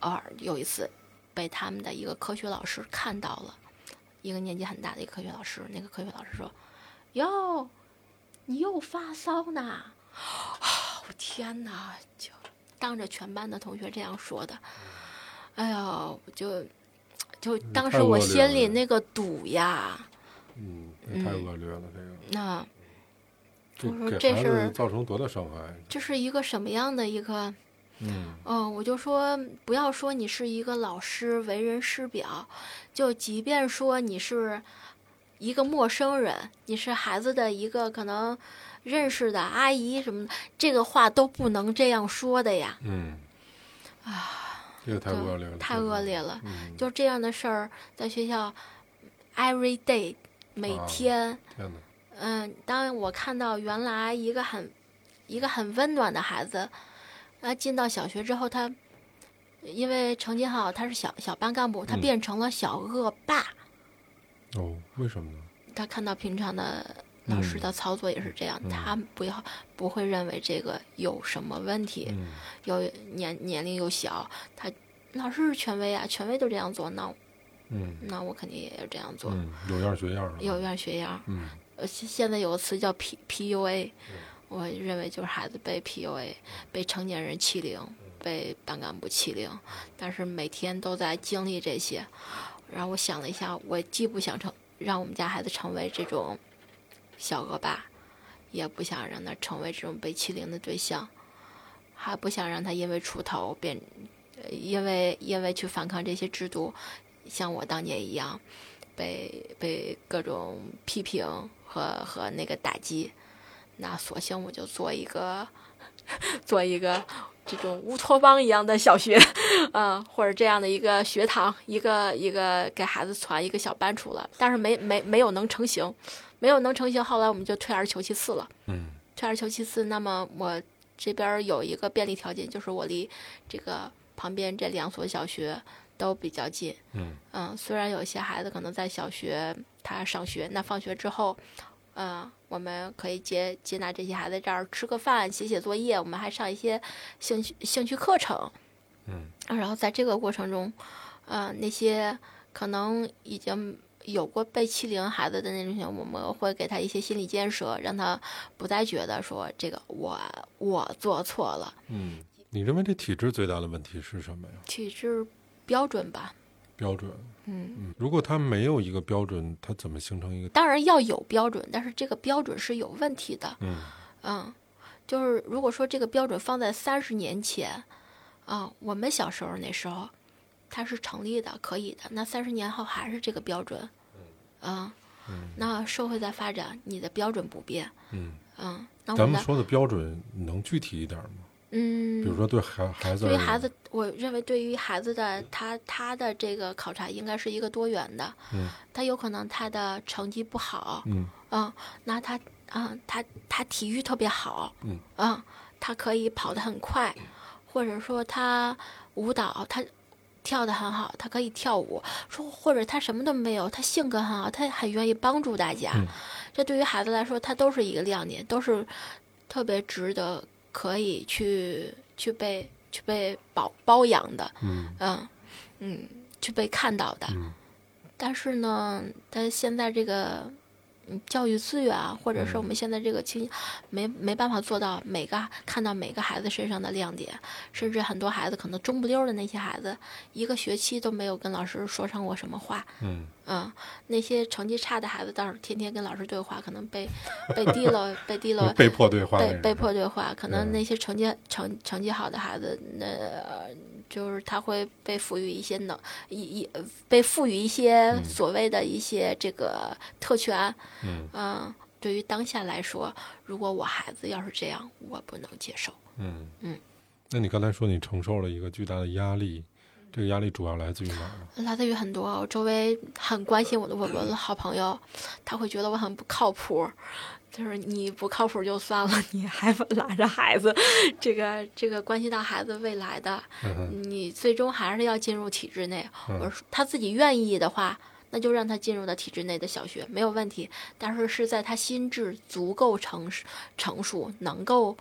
Speaker 2: 偶尔有一次被他们的一个科学老师看到了，一个年纪很大的一个科学老师，那个科学老师说：“哟，你又发骚呢！” 啊，我天哪！就当着全班的同学这样说的，哎呦，我就就当时
Speaker 1: 嗯太恶
Speaker 2: 我
Speaker 1: 劣
Speaker 2: 心
Speaker 1: 了
Speaker 2: 里那个堵呀，
Speaker 1: 嗯，这太恶劣了，
Speaker 2: 那、
Speaker 1: 这
Speaker 2: 嗯我说
Speaker 1: 个给
Speaker 2: 这
Speaker 1: 孩
Speaker 2: 是
Speaker 1: 子造成多大伤害？啊
Speaker 2: 这是一个什么样的一个
Speaker 1: 嗯
Speaker 2: 嗯，我就说不要说你是一个老师为人师表，就即便说你是一个陌生人，你是孩子的一个可能认识的阿姨什么的，这个话都不能这样说的呀，
Speaker 1: 嗯，啊，这个太恶劣了，
Speaker 2: 太恶劣了。
Speaker 1: 嗯，
Speaker 2: 就这样的事儿，在学校 every day 每天，
Speaker 1: 天哪，
Speaker 2: 嗯，当我看到原来一个很一个很温暖的孩子，啊，进到小学之后，他因为成绩好，他是小小班干部，他
Speaker 1: 嗯
Speaker 2: 变成了小恶霸。
Speaker 1: 哦，为什么呢？
Speaker 2: 他看到平常的老师
Speaker 1: 嗯
Speaker 2: 的操作也是这样，
Speaker 1: 嗯
Speaker 2: 他不要不会认为这个有什么问题，
Speaker 1: 嗯
Speaker 2: 有年年龄又小，他老师是权威啊，权威都这样做，那
Speaker 1: 嗯
Speaker 2: 那我肯定也要这样做，
Speaker 1: 嗯，有样学样了，
Speaker 2: 有样学样。
Speaker 1: 嗯
Speaker 2: 呃，现现在有个词叫 P P U A，我认为就是孩子被 P U A，被成年人欺凌，被班干部欺凌，但是每天都在经历这些。然后我想了一下，我既不想成让我们家孩子成为这种小恶霸，也不想让他成为这种被欺凌的对象，还不想让他因为出头变，呃因为因为去反抗这些制度，像我当年一样，被被各种批评和和那个打击，那索性我就做一个 做一个这种乌托邦一样的小学，嗯，或者这样的一个学堂，一个一个给孩子传一个小班出来，但是没没没有能成型，没有能成型，后来我们就退而求其次了。
Speaker 1: 嗯
Speaker 2: 退而求其次，那么我这边儿有一个便利条件，就是我离这个旁边这两所小学都比较近。
Speaker 1: 嗯
Speaker 2: 虽然有些孩子可能在小学他上学，那放学之后，嗯，我们可以接接纳这些孩子这儿吃个饭、写写作业，我们还上一些兴趣兴趣课程。
Speaker 1: 嗯
Speaker 2: 啊，然后在这个过程中，呃，那些可能已经有过被欺凌孩子的那种，我们会给他一些心理建设，让他不再觉得说这个我我做错了，
Speaker 1: 嗯，你认为这体制最大的问题是什么呀？
Speaker 2: 体制标准吧。
Speaker 1: 标准，
Speaker 2: 嗯，
Speaker 1: 嗯，如果它没有一个标准，它怎么形成一个？
Speaker 2: 当然要有标准，但是这个标准是有问题的。
Speaker 1: 嗯
Speaker 2: 嗯，就是如果说这个标准放在三十年前，啊，我们小时候那时候，它是成立的，可以的。那三十年后还是这个标准，啊，
Speaker 1: 嗯
Speaker 2: 那社会在发展，你的标准不变，
Speaker 1: 嗯，
Speaker 2: 嗯，那我
Speaker 1: 咱
Speaker 2: 们
Speaker 1: 们
Speaker 2: 的，
Speaker 1: 说的标准你能具体一点吗？比如
Speaker 2: 嗯，
Speaker 1: 说对孩孩子而
Speaker 2: 对于
Speaker 1: 言，
Speaker 2: 孩子，我认为对于孩子的他他的这个考察应该是一个多元的，
Speaker 1: 嗯
Speaker 2: 他有可能他的成绩不好，
Speaker 1: 嗯
Speaker 2: 嗯，那他嗯，他他体育特别好，
Speaker 1: 嗯
Speaker 2: 他可以跑得很快，或者说他舞蹈他跳得很好，他可以跳舞，说或者他什么都没有，他性格很好，他很愿意帮助大家，
Speaker 1: 嗯
Speaker 2: 这对于孩子来说，他都是一个亮点，都是特别值得可以去去被去被保包养的，
Speaker 1: 嗯
Speaker 2: 嗯嗯，去被看到的，
Speaker 1: 嗯
Speaker 2: 但是呢，但现在这个嗯教育资源啊，或者是我们现在这个青，没没办法做到每个看到每个孩子身上的亮点，甚至很多孩子可能中不溜儿的那些孩子，一个学期都没有跟老师说上过什么话，
Speaker 1: 嗯
Speaker 2: 嗯，那些成绩差的孩子倒是天天跟老师对话，可能被被低了， 被低了
Speaker 1: 嗯，。被迫对话那
Speaker 2: 被
Speaker 1: 种，
Speaker 2: 被迫对话，可能
Speaker 1: 嗯
Speaker 2: 那些成绩成成绩好的孩子，那呃就是他会被赋予一些能一一呃被赋予一些
Speaker 1: 嗯
Speaker 2: 所谓的一些这个特权。
Speaker 1: 嗯
Speaker 2: 嗯，对于当下来说，如果我孩子要是这样，我不能接受。
Speaker 1: 嗯
Speaker 2: 嗯。
Speaker 1: 那你刚才说你承受了一个巨大的压力，这个压力主要来自于哪儿呢？
Speaker 2: 来自于很多我周围很关心我的我我的好朋友，他会觉得我很不靠谱，就是你不靠谱就算了，你还拉着孩子，这个这个关系到孩子未来的，
Speaker 1: 嗯哼
Speaker 2: 你最终还是要进入体制内。
Speaker 1: 嗯
Speaker 2: 我说他自己愿意的话，那就让他进入到体制内的小学没有问题，但是是在他心智足够成熟成熟，能够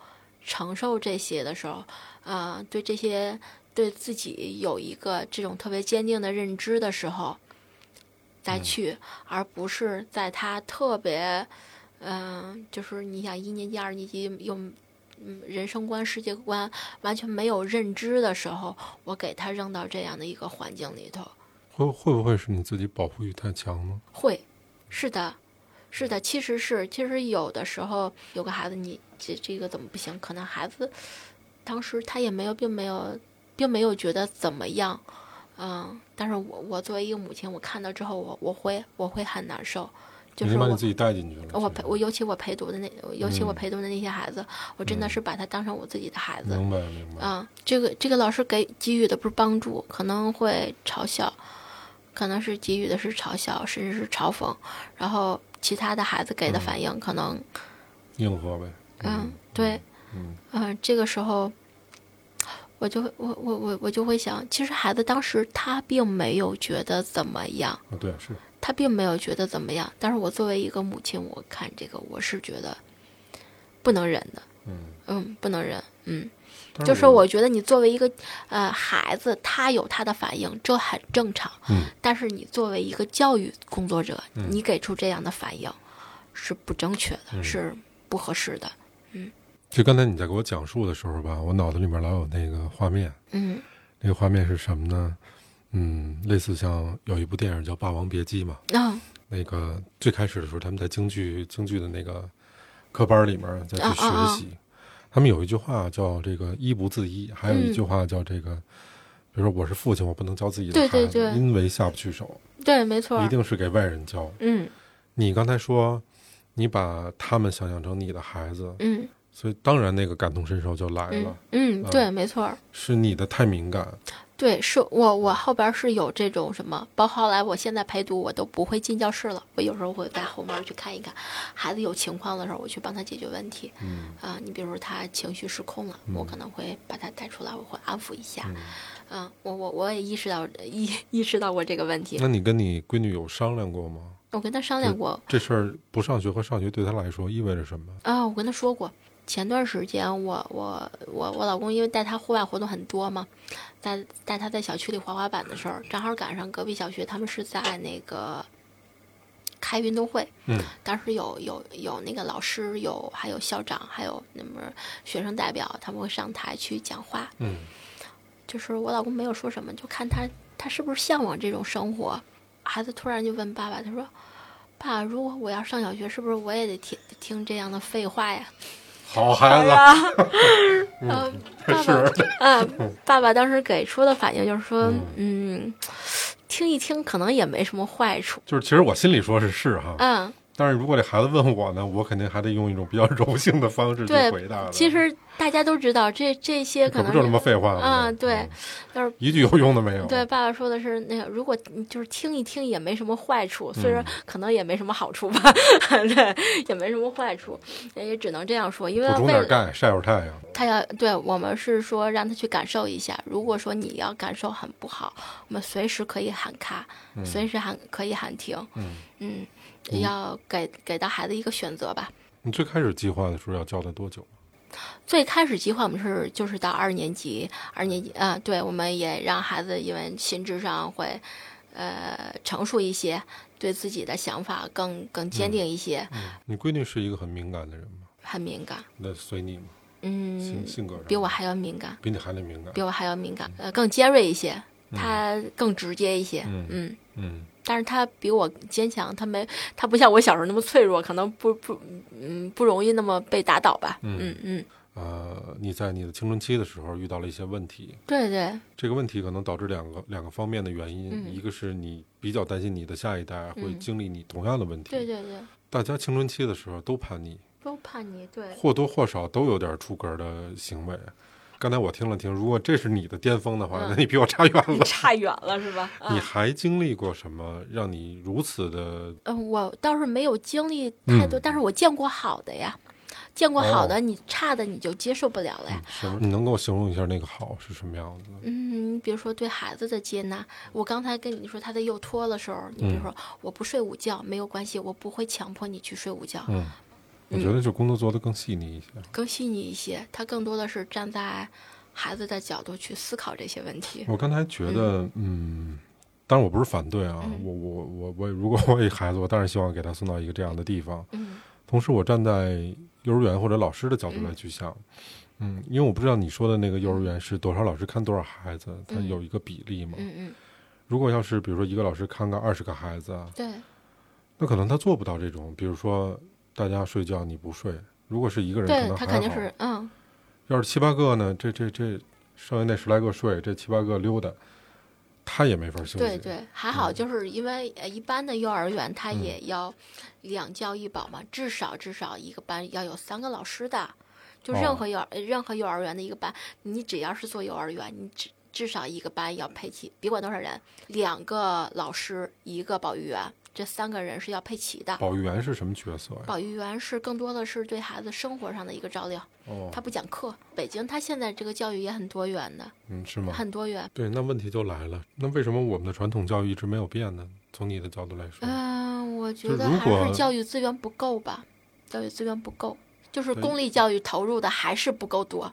Speaker 2: 承受这些的时候，呃，对这些对自己有一个这种特别坚定的认知的时候，再去，而不是在他特别，嗯、就是你想一年级、二年级又。嗯，人生观、世界观完全没有认知的时候，我给他扔到这样的一个环境里头，
Speaker 1: 会会不会是你自己保护欲太强呢？
Speaker 2: 会，是的，是的，其实是，其实有的时候有个孩子你，这这个怎么不行？可能孩子当时他也没有，并没有，并没有觉得怎么样，嗯，但是我我作为一个母亲，我看到之后，我我会我会很难受，就
Speaker 1: 你
Speaker 2: 是
Speaker 1: 把你
Speaker 2: 我
Speaker 1: 自己带进去了。
Speaker 2: 我
Speaker 1: 其
Speaker 2: 陪
Speaker 1: 实
Speaker 2: 我尤其我陪读的那尤其我
Speaker 1: 嗯
Speaker 2: 陪读的那些孩子，我真的
Speaker 1: 嗯
Speaker 2: 是把他当成我自己的孩子，
Speaker 1: 明白明白，
Speaker 2: 啊，这个这个老师给给予的不是帮助，可能会嘲笑，可能是给予的是嘲笑，甚至是嘲讽，然后其他的孩子给的反应可能，
Speaker 1: 硬核呗。
Speaker 2: 嗯，对，
Speaker 1: 嗯
Speaker 2: 嗯、这个时候，我就会我我我我就会想，其实孩子当时他并没有觉得怎么样，
Speaker 1: 啊对是
Speaker 2: 他并没有觉得怎么样，但是我作为一个母亲，我看这个我是觉得不能忍的，
Speaker 1: 嗯，
Speaker 2: 嗯，不能忍，嗯。
Speaker 1: 但
Speaker 2: 就是我觉得你作为一个呃孩子，他有他的反应，这很正常。
Speaker 1: 嗯
Speaker 2: 但是你作为一个教育工作者，你给出这样的反应是不正确的，
Speaker 1: 嗯
Speaker 2: 是不合适的。
Speaker 1: 就刚才你在给我讲述的时候吧，我脑子里面老有那个画面，
Speaker 2: 嗯
Speaker 1: 那个画面是什么呢？嗯，类似像有一部电影叫《霸王别姬》嘛，
Speaker 2: 啊
Speaker 1: 那个最开始的时候，他们在京剧京剧的那个科班里面再去学习，
Speaker 2: 啊啊
Speaker 1: 他们有一句话叫这个“一不自医”，还有一
Speaker 2: 嗯
Speaker 1: 句话叫这个，比如说我是父亲，我不能教自己的
Speaker 2: 对
Speaker 1: 孩子，
Speaker 2: 对对
Speaker 1: 因为下不去手，
Speaker 2: 嗯对，没错
Speaker 1: 一
Speaker 2: 儿。
Speaker 1: 定是给外人教。
Speaker 2: 嗯
Speaker 1: 你刚才说，你把他们想象成你的孩子，
Speaker 2: 嗯
Speaker 1: 所以当然那个感同身受就来了，
Speaker 2: 嗯嗯，对，没错儿。
Speaker 1: 是你的太敏感，
Speaker 2: 对，是我我后边是有这种什么，包括后来我现在陪读，我都不会进教室了。我有时候会在后门去看一看，孩子有情况的时候，我去帮他解决问题。
Speaker 1: 嗯
Speaker 2: 啊、你比如说他情绪失控了，我可能会把他带出来，我会安抚一下。
Speaker 1: 嗯
Speaker 2: 嗯，我我我也意识到意意识到过这个问题，
Speaker 1: 那你跟你闺女有商量过吗？
Speaker 2: 我跟他商量过
Speaker 1: 这事儿不上学和上学对她来说意味着什么？
Speaker 2: 啊、我跟他说过。前段时间我我我我老公因为带他户外活动很多嘛，带带他在小区里滑滑板的时候，正好赶上隔壁小学他们是在那个开运动会，
Speaker 1: 嗯
Speaker 2: 当时有有有那个老师，有还有校长，还有那么学生代表，他们会上台去讲话。
Speaker 1: 嗯
Speaker 2: 就是我老公没有说什么，就看他他是不是向往这种生活。孩子突然就问爸爸，他说：“爸，如果我要上小学，是不是我也得听听这样的废话呀
Speaker 1: 好孩子，？”
Speaker 2: 然后爸嗯 爸
Speaker 1: 是，
Speaker 2: 啊，爸爸当时给出的反应就是说：“嗯，听一听可能也没什么坏处。
Speaker 1: 就是其实我心里说是是哈”，
Speaker 2: 嗯，
Speaker 1: 但是如果这孩子问我呢，我肯定还得用一种比较 柔性的方式去
Speaker 2: 对
Speaker 1: 回答的。
Speaker 2: 其实大家都知道，这这些
Speaker 1: 可不
Speaker 2: 能是
Speaker 1: 就那么废话吗？
Speaker 2: 啊，对
Speaker 1: 嗯，，
Speaker 2: 但是
Speaker 1: 一句有用的没有。
Speaker 2: 对，爸爸说的是那个，如果你就是听一听也没什么坏处，
Speaker 1: 嗯
Speaker 2: 虽然可能也没什么好处吧， 对，也没什么坏处，也只能这样说，因为
Speaker 1: 补充
Speaker 2: 为
Speaker 1: 点
Speaker 2: 了
Speaker 1: 钙，晒会儿太阳。
Speaker 2: 他要对我们是说让他去感受一下，如果说你要感受很不好，我们随时可以喊卡，随时喊可以喊停，
Speaker 1: 嗯
Speaker 2: 嗯，要给给到孩子一个选择吧。
Speaker 1: 你最开始计划的时候要教他多久？
Speaker 2: 最开始计划我们是就是到二年级，二年级啊、对，我们也让孩子因为心智上会，呃，成熟一些，对自己的想法更更坚定一些，
Speaker 1: 啊你闺女是一个很敏感的人吗？
Speaker 2: 很敏感，
Speaker 1: 那随你吗？性
Speaker 2: 嗯，
Speaker 1: 性格上
Speaker 2: 比我还要敏感，
Speaker 1: 比你还得敏感
Speaker 2: 比。我还要敏感，呃，更尖锐一些，他更直接一些，
Speaker 1: 嗯
Speaker 2: 嗯，
Speaker 1: 嗯，
Speaker 2: 但是他比我坚强，他没他不像我小时候那么脆弱，可能不不嗯不容易那么被打倒吧，
Speaker 1: 嗯
Speaker 2: 嗯嗯，
Speaker 1: 呃，你在你的青春期的时候遇到了一些问题，
Speaker 2: 对对，
Speaker 1: 这个问题可能导致两个两个方面的原因，
Speaker 2: 嗯
Speaker 1: 一个是你比较担心你的下一代会
Speaker 2: 嗯
Speaker 1: 经历你同样的问题，
Speaker 2: 对对对，
Speaker 1: 大家青春期的时候都叛逆，
Speaker 2: 都叛逆， 对。
Speaker 1: 或多或少都有点出格的行为。刚才我听了听，如果这是你的巅峰的话，
Speaker 2: 嗯
Speaker 1: 那你比我差远了。
Speaker 2: 差远了是吧？
Speaker 1: 你
Speaker 2: 嗯，
Speaker 1: 还经历过什么让你如此的？
Speaker 2: 呃我倒是没有经历太多，
Speaker 1: 嗯哦
Speaker 2: 但是我见过好的呀，见过好的，你差的你就接受不了了呀。
Speaker 1: 什么？你能给我形容一下那个好是什么样子的？
Speaker 2: 嗯，比如说对孩子的接纳，我刚才跟你说他在幼托的时候，你
Speaker 1: 嗯
Speaker 2: 比如说我不睡午觉没有关系，我不会强迫你去睡午觉，
Speaker 1: 嗯，我觉得这工作做得更细腻一些。
Speaker 2: 更细腻一些。他更多的是站在孩子的角度去思考这些问题。
Speaker 1: 我刚才觉得，嗯，当然我不是反对啊，
Speaker 2: 嗯
Speaker 1: 我我我我，如果我有一孩子，我当然希望给他送到一个这样的地方。
Speaker 2: 嗯
Speaker 1: 同时，我站在幼儿园或者老师的角度来去想，嗯，因为我不知道你说的那个幼儿园是多少老师看多少孩子，它
Speaker 2: 嗯
Speaker 1: 有一个比例嘛。
Speaker 2: 嗯嗯，
Speaker 1: 如果要是比如说一个老师看个二十个孩子啊，
Speaker 2: 对，
Speaker 1: 那可能他做不到这种，比如说大家睡觉你不睡，如果是一个人，
Speaker 2: 对
Speaker 1: 可能
Speaker 2: 他
Speaker 1: 还
Speaker 2: 肯定
Speaker 1: 好
Speaker 2: 是嗯
Speaker 1: 要是七八个呢，这这这剩下那十来个睡，这七八个溜达，他也没法休息。
Speaker 2: 对对，还
Speaker 1: 嗯
Speaker 2: 好，就是因为呃一般的幼儿园它也要两教一保嘛，至少至少一个班要有三个老师的。就任
Speaker 1: 哦
Speaker 2: 何幼儿、呃任何幼儿园的一个班，你只要是做幼儿园，你至至少一个班要配齐，别管多少人，两个老师，一个保育员，这三个人是要配齐的。
Speaker 1: 保育员是什么角色呀？
Speaker 2: 保育员是更多的是对孩子生活上的一个照料，
Speaker 1: 哦
Speaker 2: 他，不讲课。北京他现在这个教育也很多元的，
Speaker 1: 嗯，是吗？
Speaker 2: 很多元。
Speaker 1: 对，那问题就来了，那为什么我们的传统教育一直没有变呢？从你的角度来说，
Speaker 2: 嗯，我觉
Speaker 1: 就
Speaker 2: 得
Speaker 1: 如
Speaker 2: 还
Speaker 1: 果
Speaker 2: 是教育资源不够吧，教育资源不够，就是
Speaker 1: 对
Speaker 2: 公立教育投入的还是不够多，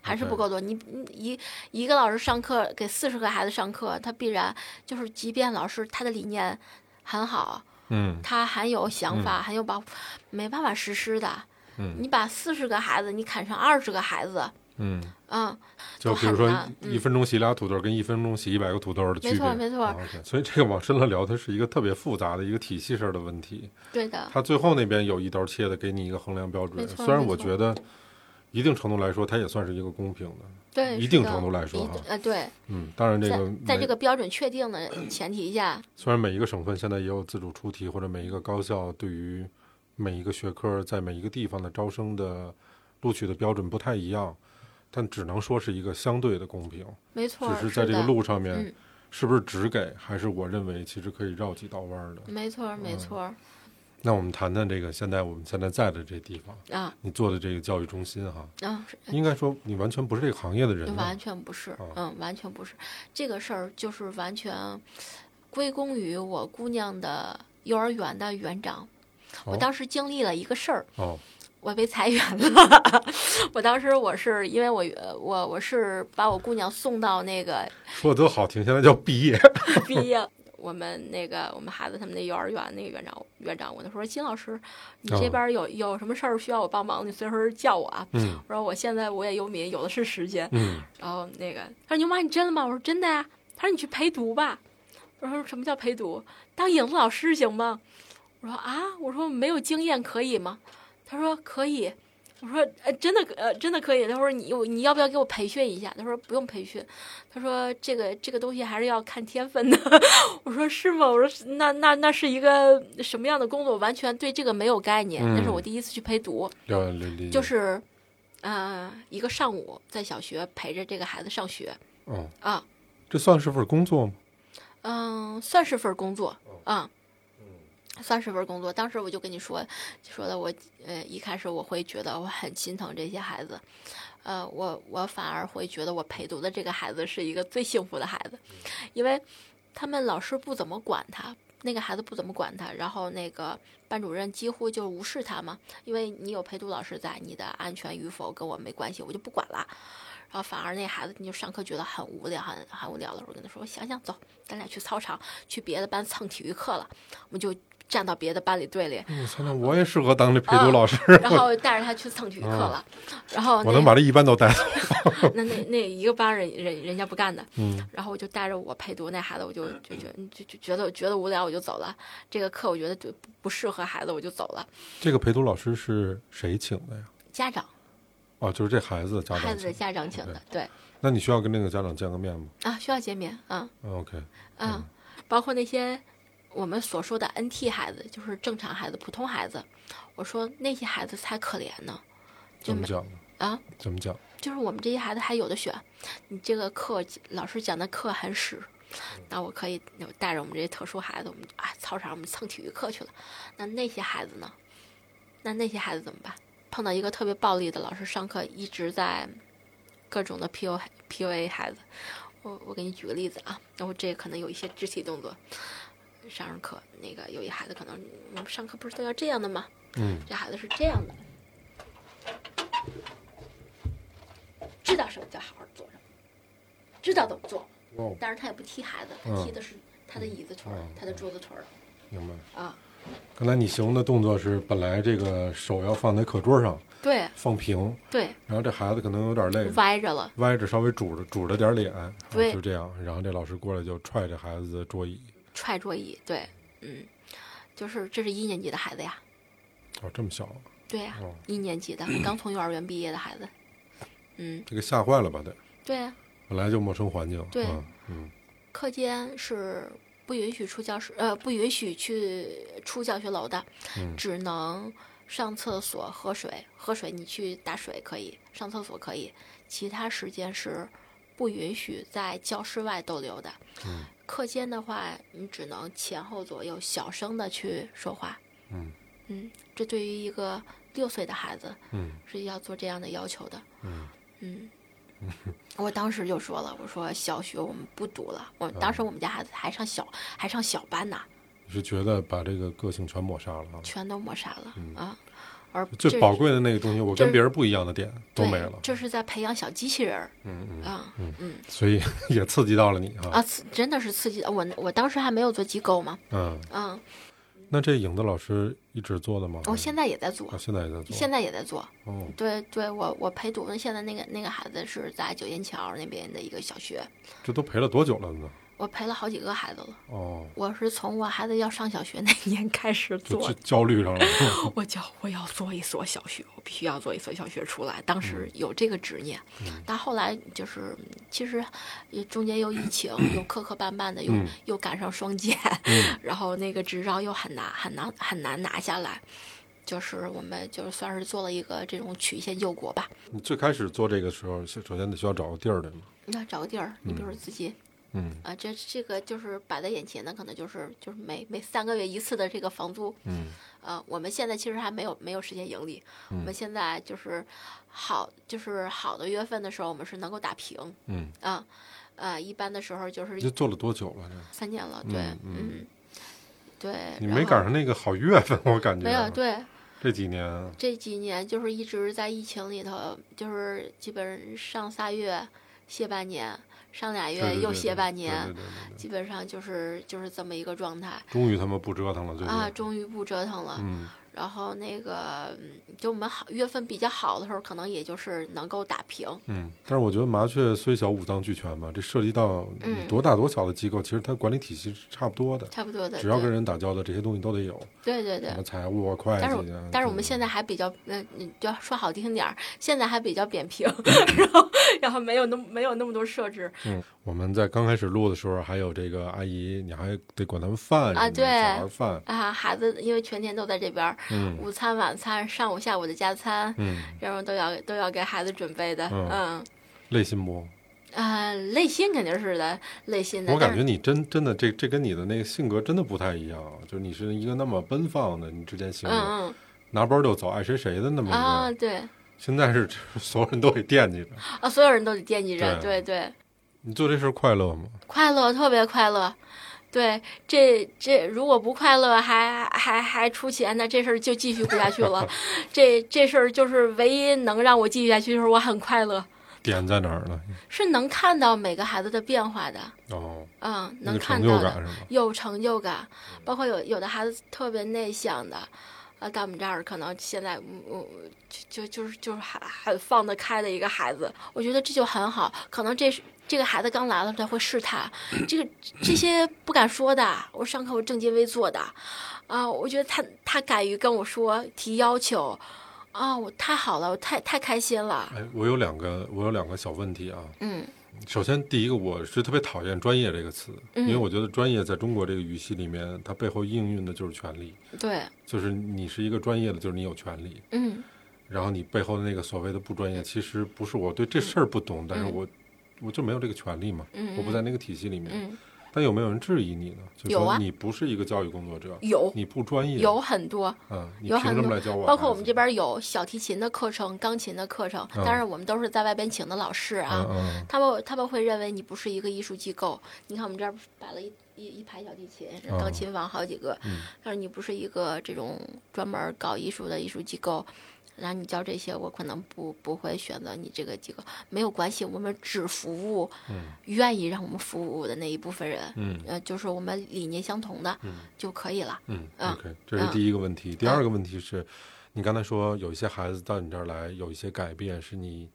Speaker 2: 还是不
Speaker 1: OK
Speaker 2: 够多。你你一一个老师上课给四十个孩子上课，他必然就是，即便老师他的理念很好，
Speaker 1: 嗯，
Speaker 2: 他很有想法，很有把，没办法实施的。
Speaker 1: 嗯
Speaker 2: 你把四十个孩子，你砍上二十个孩子，
Speaker 1: 嗯，
Speaker 2: 嗯，
Speaker 1: 就
Speaker 2: 都
Speaker 1: 比如
Speaker 2: 很
Speaker 1: 说
Speaker 2: 难嗯
Speaker 1: 一分钟洗俩土豆儿跟一分钟洗一百个土豆儿的区
Speaker 2: 没
Speaker 1: 别，
Speaker 2: 错没错
Speaker 1: 啊，OK 所以这个往深了聊，它是一个特别复杂的一个体系式的问题。
Speaker 2: 对的，
Speaker 1: 它最后那边有一刀切的，给你一个衡量标准。
Speaker 2: 啊没错
Speaker 1: 虽然
Speaker 2: 没
Speaker 1: 我
Speaker 2: 错
Speaker 1: 觉得一定程度来说，它也算是一个公平的。
Speaker 2: 对，
Speaker 1: 一
Speaker 2: 是
Speaker 1: 定
Speaker 2: 的
Speaker 1: 程度来说
Speaker 2: 一
Speaker 1: 哈
Speaker 2: 呃，对，
Speaker 1: 嗯，当然这个
Speaker 2: 在在
Speaker 1: 每
Speaker 2: 这个标准确定的前提下，
Speaker 1: 虽然每一个省份现在也有自主出题，或者每一个高校对于每一个学科在每一个地方的招生的录取的标准不太一样，但只能说是一个相对的公平。
Speaker 2: 没错儿，
Speaker 1: 只是在这个
Speaker 2: 的
Speaker 1: 路上面
Speaker 2: 嗯，
Speaker 1: 是不是只给，还是我认为其实可以绕几道弯儿的？
Speaker 2: 没错，儿，没
Speaker 1: 嗯
Speaker 2: 错儿
Speaker 1: 那我们谈谈这个现在我们现在在的这地方，
Speaker 2: 啊
Speaker 1: 你做的这个教育中心哈，
Speaker 2: 啊，是
Speaker 1: 应该说你完全不是这个行业的人
Speaker 2: 完
Speaker 1: 呢。
Speaker 2: 全不是
Speaker 1: 哦，
Speaker 2: 嗯，完全不是这个事儿，就是完全归功于我姑娘的幼儿园的园长。我
Speaker 1: 哦
Speaker 2: 当时经历了一个事儿，
Speaker 1: 哦，
Speaker 2: 我被裁员了。 我当时我是因为我呃我我是把我姑娘送到 那个
Speaker 1: 说的都好听，现在叫毕 业。
Speaker 2: 毕业。我们那个我们孩子他们那幼儿园那个园长园长，我就说金老师，你
Speaker 1: 哦
Speaker 2: 这边儿有有什么事儿需要我帮忙，你随时叫我啊。
Speaker 1: 嗯
Speaker 2: 我说我现在我也游民，有的是时间。
Speaker 1: 嗯，
Speaker 2: 然后那个他说牛妈你真的吗？我说真的呀、他说你去陪读吧。我说什么叫陪读？当影子老师行吗？我说啊，我说没有经验可以吗？他说可以。我说呃真的呃真的可以。他说你我你要不要给我培训一下？他说不用培训。他说这个这个东西还是要看天分的。 我说是吗？我说是那那那是一个什么样的工作？完全对这个没有概念。那是
Speaker 1: 嗯
Speaker 2: 我第一次去陪读。
Speaker 1: 了理理
Speaker 2: 就是，呃，一个上午在小学陪着这个孩子上学
Speaker 1: 哦，
Speaker 2: 啊，
Speaker 1: 这算是份工作吗？
Speaker 2: 嗯，算是份儿工作啊，算是份儿工作。当时我就跟你说，说的我，呃，一开始我会觉得我很心疼这些孩子，呃，我我反而会觉得我陪读的这个孩子是一个最幸福的孩子，因为他们老师不怎么管他。那个孩子不怎么管他，然后那个班主任几乎就无视他嘛，因为你有陪读老师在，你的安全与否跟我没关系，我就不管了。然后反而那孩子你就上课觉得很无聊，很很无聊的时候，跟他说：“我想想，走，咱俩去操场，去别的班蹭体育课了。”我们就站到别的班里队里，
Speaker 1: 我操，那我也适合当这陪
Speaker 2: 啊
Speaker 1: 读老师，
Speaker 2: 然后带着他去蹭体育课了。然后
Speaker 1: 我
Speaker 2: 那
Speaker 1: 能把这一班都带 走。
Speaker 2: 那那那一个班人人人家不干的，
Speaker 1: 嗯，
Speaker 2: 然后我就带着我陪读那孩子，我就就觉就就觉得觉得无聊，我就走了。这个课我觉得就不不适合孩子，我就走了。
Speaker 1: 这个陪读老师是谁请的呀？
Speaker 2: 家长，
Speaker 1: 哦，就是这孩子的家
Speaker 2: 孩
Speaker 1: 长
Speaker 2: 子的
Speaker 1: 请。
Speaker 2: 家长请的，对
Speaker 1: 那你需要跟那个家长见个面吗哦
Speaker 2: 啊，需要减免啊。
Speaker 1: ？OK，
Speaker 2: 嗯，包括那些我们所说的 NT 孩子，就是正常孩子、普通孩子，我说那些孩子才可怜呢，就
Speaker 1: 怎么
Speaker 2: 没
Speaker 1: 讲呢？
Speaker 2: 啊，
Speaker 1: 怎么讲？
Speaker 2: 就是我们这些孩子还有的选。你这个课老师讲的课很屎，那我可以那我带着我们这些特殊孩子，我们啊操场我们蹭体育课去了。那那些孩子呢？那那些孩子怎么办？碰到一个特别暴力的老师，上课一直在各种的 PU PUA 孩子。我我给你举个例子啊，然后这可能有一些肢体动作。上着课，那个有一孩子可能我们上课不是都要这样的吗？
Speaker 1: 嗯，
Speaker 2: 这孩子是这样的，知道什么叫好好坐着，知道怎么做，
Speaker 1: 哦，
Speaker 2: 但是他也不踢孩子，他
Speaker 1: 嗯
Speaker 2: 踢的是他的椅子腿儿、
Speaker 1: 嗯
Speaker 2: 他的桌子腿儿
Speaker 1: 明白。
Speaker 2: 啊。
Speaker 1: 刚才你形容的动作是，本来这个手要放在课桌上
Speaker 2: 对
Speaker 1: 放平，
Speaker 2: 对，
Speaker 1: 然后这孩子可能有点累，
Speaker 2: 歪着了，
Speaker 1: 歪着稍微拄着拄着点脸，啊
Speaker 2: 对
Speaker 1: 就这样。然后这老师过来就踹这孩子的桌椅。
Speaker 2: 踹桌椅，对，嗯，就是这是一年级的孩子呀，
Speaker 1: 哦，这么小啊，
Speaker 2: 对呀、
Speaker 1: 哦
Speaker 2: 一年级的刚从幼儿园毕业的孩子，嗯，
Speaker 1: 这个吓坏了吧得，
Speaker 2: 对啊，
Speaker 1: 本来就陌生环境，
Speaker 2: 对
Speaker 1: 嗯嗯
Speaker 2: 课间是不允许出教室，呃，不允许去出教学楼的，
Speaker 1: 嗯
Speaker 2: 只能上厕所、喝水。喝水你去打水可以，上厕所可以，其他时间是不允许在教室外逗留的。
Speaker 1: 嗯
Speaker 2: 课间的话，你只能前后左右小声的去说话。
Speaker 1: 嗯
Speaker 2: 嗯，这对于一个六岁的孩子
Speaker 1: 嗯
Speaker 2: 是要做这样的要求的。
Speaker 1: 嗯
Speaker 2: 嗯，我当时就说了，我说小学我们不读了，我当
Speaker 1: 嗯
Speaker 2: 时我们家孩子还上小还上小班呢，
Speaker 1: 你是觉得把这个个性全抹杀了啊？
Speaker 2: 全都抹杀了、
Speaker 1: 嗯
Speaker 2: 啊。而
Speaker 1: 最
Speaker 2: 这
Speaker 1: 宝贵的那个东西，我
Speaker 2: 这
Speaker 1: 跟别人不一样的点都
Speaker 2: 对
Speaker 1: 没了，
Speaker 2: 这是在培养小机器人儿
Speaker 1: 嗯嗯，
Speaker 2: 啊，
Speaker 1: 嗯
Speaker 2: 嗯
Speaker 1: 所以 也刺激到了你
Speaker 2: 啊，
Speaker 1: 啊，
Speaker 2: 刺真的是刺激的。我我当时还没有做机构嘛，
Speaker 1: 嗯，
Speaker 2: 嗯，
Speaker 1: 那这影子老师一直做的吗？
Speaker 2: 我哦现在也在做
Speaker 1: 啊，，现在也在做，
Speaker 2: 现在也在做。
Speaker 1: 哦，
Speaker 2: 对对，我我陪读的现在那个那个孩子是在九眼桥那边的一个小学，
Speaker 1: 这都陪了多久了呢？
Speaker 2: 我陪了好几个孩子了。
Speaker 1: 哦，
Speaker 2: 我是从我孩子要上小学那年开始
Speaker 1: 就
Speaker 2: 做
Speaker 1: 就
Speaker 2: 的。
Speaker 1: 焦虑上了，
Speaker 2: 我叫我要做一所小学，我必须要做一所小学出来。当时
Speaker 1: 嗯
Speaker 2: 有这个执念，但后来就是其实也中间又疫情，又磕磕绊绊的，又、
Speaker 1: 嗯
Speaker 2: 又赶上双减，
Speaker 1: 嗯
Speaker 2: 然后那个执照又很难很难很难拿下来。就是我们就是算是做了一个这种曲线救国吧。
Speaker 1: 你最开始做这个时候，首先得需要找个地儿，对吗？
Speaker 2: 你要找个地儿，你比如说自己
Speaker 1: 嗯
Speaker 2: 啊，这这个就是摆在眼前的，可能就是就是每每三个月一次的这个房租，
Speaker 1: 嗯
Speaker 2: 呃，我们现在其实还没有没有实现盈利，我们现在就是好就是好的月份的时候，我们是能够打平
Speaker 1: 嗯，
Speaker 2: 啊，呃，一般的时候就
Speaker 1: 你这
Speaker 2: 是
Speaker 1: 做了多久了？这
Speaker 2: 三年了，对，
Speaker 1: 嗯嗯
Speaker 2: 嗯，对，
Speaker 1: 你
Speaker 2: 哎然
Speaker 1: 没赶
Speaker 2: 后
Speaker 1: 上那个好月份，我感觉啊
Speaker 2: 没有，对，
Speaker 1: 这几年，啊
Speaker 2: 这几年就是一直在疫情里头，就是基本上仨月歇半年，上俩
Speaker 1: 对对
Speaker 2: 月
Speaker 1: 对
Speaker 2: 又
Speaker 1: 对
Speaker 2: 歇半年，
Speaker 1: 对对对对对
Speaker 2: 基本上就是就是这么一个状态
Speaker 1: 终于他们不折腾了，最近
Speaker 2: 啊，终于不折腾了，
Speaker 1: 嗯
Speaker 2: 然后那个嗯就我们好月份比较好的时候，可能也就是能够打平。
Speaker 1: 嗯，但是我觉得麻雀虽小，五脏俱全嘛，这涉及到
Speaker 2: 嗯
Speaker 1: 多大多小的机构，其实它管理体系是差不多的，
Speaker 2: 差不多的，
Speaker 1: 只要
Speaker 2: 对
Speaker 1: 跟人打交道，这些东西都得有，
Speaker 2: 对对
Speaker 1: 什
Speaker 2: 对
Speaker 1: 么。财务啊、会计
Speaker 2: 但是
Speaker 1: 啊
Speaker 2: 我
Speaker 1: 这种。
Speaker 2: 但是我们现在还比较，嗯，你就要说好听点儿，现在还比较扁平， 然后然后没有那么没有那么多设置
Speaker 1: 嗯，我们在刚开始录的时候，还有这个阿姨，你还得管他们饭什
Speaker 2: 啊
Speaker 1: 么的
Speaker 2: 对
Speaker 1: 小孩 饭，
Speaker 2: 啊。孩子因为全天都在这边儿，
Speaker 1: 嗯
Speaker 2: 午餐、晚餐、上午、下午的加餐，
Speaker 1: 嗯，
Speaker 2: 然后都要都要给孩子准备的，
Speaker 1: 嗯
Speaker 2: 嗯，
Speaker 1: 累心不？
Speaker 2: 啊，累心肯定是的，累心的。
Speaker 1: 我感
Speaker 2: 但
Speaker 1: 觉
Speaker 2: 是
Speaker 1: 你真真的这这跟你的那个性格真的不太一样，就是你是一个那么奔放的，你之前形容、
Speaker 2: 嗯
Speaker 1: 拿包就走，爱谁谁的那么一
Speaker 2: 嗯
Speaker 1: 个，
Speaker 2: 啊，对
Speaker 1: 现在是所有人都得惦记着。
Speaker 2: 啊，所有人都得惦记着，
Speaker 1: 对
Speaker 2: 对对，
Speaker 1: 你做这事儿快乐吗？
Speaker 2: 快乐特别快乐。对，这这如果不快乐还还还出钱，那这事儿就继续不下 去了。这这事儿就是唯一能让我继续下去，就是我很快乐，
Speaker 1: 点在哪儿呢？
Speaker 2: 是能看到每个孩子的变化的，
Speaker 1: 哦，
Speaker 2: 嗯，
Speaker 1: 那
Speaker 2: 能
Speaker 1: 个成
Speaker 2: 看
Speaker 1: 就
Speaker 2: 到
Speaker 1: 感
Speaker 2: 的，
Speaker 1: 是吧？
Speaker 2: 有成就感。包括有有的孩子特别内向的，啊，到我们这儿可能现在嗯嗯就就就是就是还还放得开的一个孩子，我觉得这就很好。可能这是这个孩子刚来了，他会试探这个这些不敢说的，我上课我正襟危坐的，啊，我觉得他他敢于跟我说提要求，啊，我太好了，我太太开心了，
Speaker 1: 哎，我有两个，我有两个小问题啊。
Speaker 2: 嗯
Speaker 1: 首先，第一个，我是特别讨厌“专业”这个词，
Speaker 2: 嗯
Speaker 1: 因为我觉得专业在中国这个语系里面，它背后应用的就是权利，
Speaker 2: 对，
Speaker 1: 就是你是一个专业的，就是你有权利。
Speaker 2: 嗯
Speaker 1: 然后你背后的那个所谓的不专业，其实不是我对这事儿不懂，但是我我就没有这个权利嘛，
Speaker 2: 嗯，
Speaker 1: 我不在那个体系里面。
Speaker 2: 嗯，
Speaker 1: 但有没有人质疑你呢？就
Speaker 2: 有
Speaker 1: 说
Speaker 2: 啊
Speaker 1: 你不是一个教育工作者，
Speaker 2: 有
Speaker 1: 你不专业，
Speaker 2: 有很多，
Speaker 1: 嗯，你
Speaker 2: 有
Speaker 1: 凭
Speaker 2: 很
Speaker 1: 什么
Speaker 2: 多
Speaker 1: 来教我孩子？
Speaker 2: 包括我们这边有小提琴的课程、钢琴的课程，
Speaker 1: 嗯
Speaker 2: 当然我们都是在外边请的老师啊
Speaker 1: 嗯。嗯
Speaker 2: 他们他们会认为你不是一个艺术机构。你看我们这儿摆了一一一排小提琴、
Speaker 1: 嗯
Speaker 2: 钢琴房好几个，
Speaker 1: 嗯
Speaker 2: 但是你不是一个这种专门搞艺术的艺术机构。然后你教这些，我可能不不会选择你这个机构，没有关系，我们只服务
Speaker 1: 嗯
Speaker 2: 愿意让我们服务的那一部分人，
Speaker 1: 嗯
Speaker 2: 呃，就是我们理念相同的
Speaker 1: 嗯
Speaker 2: 就可以了。
Speaker 1: 嗯
Speaker 2: 嗯
Speaker 1: ，OK，这是第一个问题。第二个问题是，你刚才说有一些孩子到你这儿来，有一些改变是你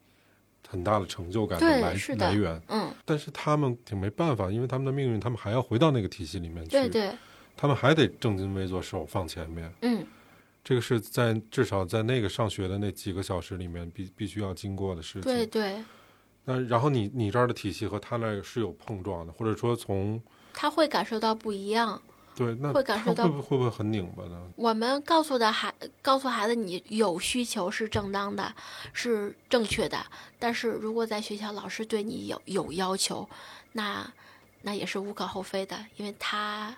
Speaker 1: 很大的成就感
Speaker 2: 对
Speaker 1: 来
Speaker 2: 是的
Speaker 1: 来源，
Speaker 2: 嗯，
Speaker 1: 但是他们挺没办法，因为他们的命运，他们还要回到那个体系里面去，
Speaker 2: 对对，
Speaker 1: 他们还得正襟危坐，手放前面。
Speaker 2: 嗯，
Speaker 1: 这个是在至少在那个上学的那几个小时里面必必须要经过的事情。
Speaker 2: 对对，
Speaker 1: 那然后你你这儿的体系和他那儿是有碰撞的，或者说从
Speaker 2: 他会感受到不一样。
Speaker 1: 对那
Speaker 2: 会感受
Speaker 1: 他
Speaker 2: 到
Speaker 1: 会不会不会很拧巴呢？
Speaker 2: 我们告诉的孩告诉孩子，你有需求是正当的，是正确的。但是如果在学校老师对你有有要求，那那也是无可厚非的，因为他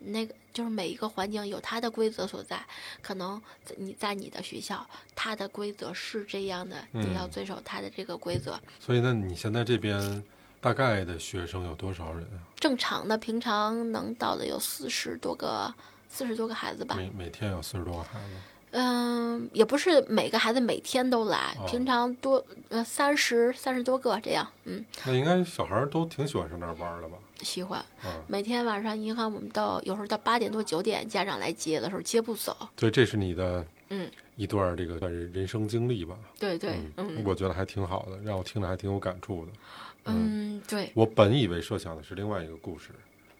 Speaker 2: 那个就是每一个环境有他的规则所在。可能在你在你的学校，他的规则是这样的，你要
Speaker 1: 嗯
Speaker 2: 遵守他的这个规则。
Speaker 1: 所以那你现在这边大概的学生有多少人啊？
Speaker 2: 正常的平常能到的有四十多个。四十多个孩子吧，
Speaker 1: 每每天有四十多个孩子，
Speaker 2: 嗯，也不是每个孩子每天都来，
Speaker 1: 哦
Speaker 2: 平常多呃三十三十多个这样，嗯，
Speaker 1: 那应该小孩儿都挺喜欢上那儿玩儿的吧？
Speaker 2: 喜欢。
Speaker 1: 啊，
Speaker 2: 每天晚上银行我们到有时候到八点多九点，家长来接的时候接不走，
Speaker 1: 所以这是你的
Speaker 2: 嗯，
Speaker 1: 一段儿这个算是人生经历吧？
Speaker 2: 对对，
Speaker 1: 嗯，
Speaker 2: 嗯
Speaker 1: 我觉得还挺好的，让我听着还挺有感触的。
Speaker 2: 嗯对，
Speaker 1: 我本以为设想的是另外一个故事，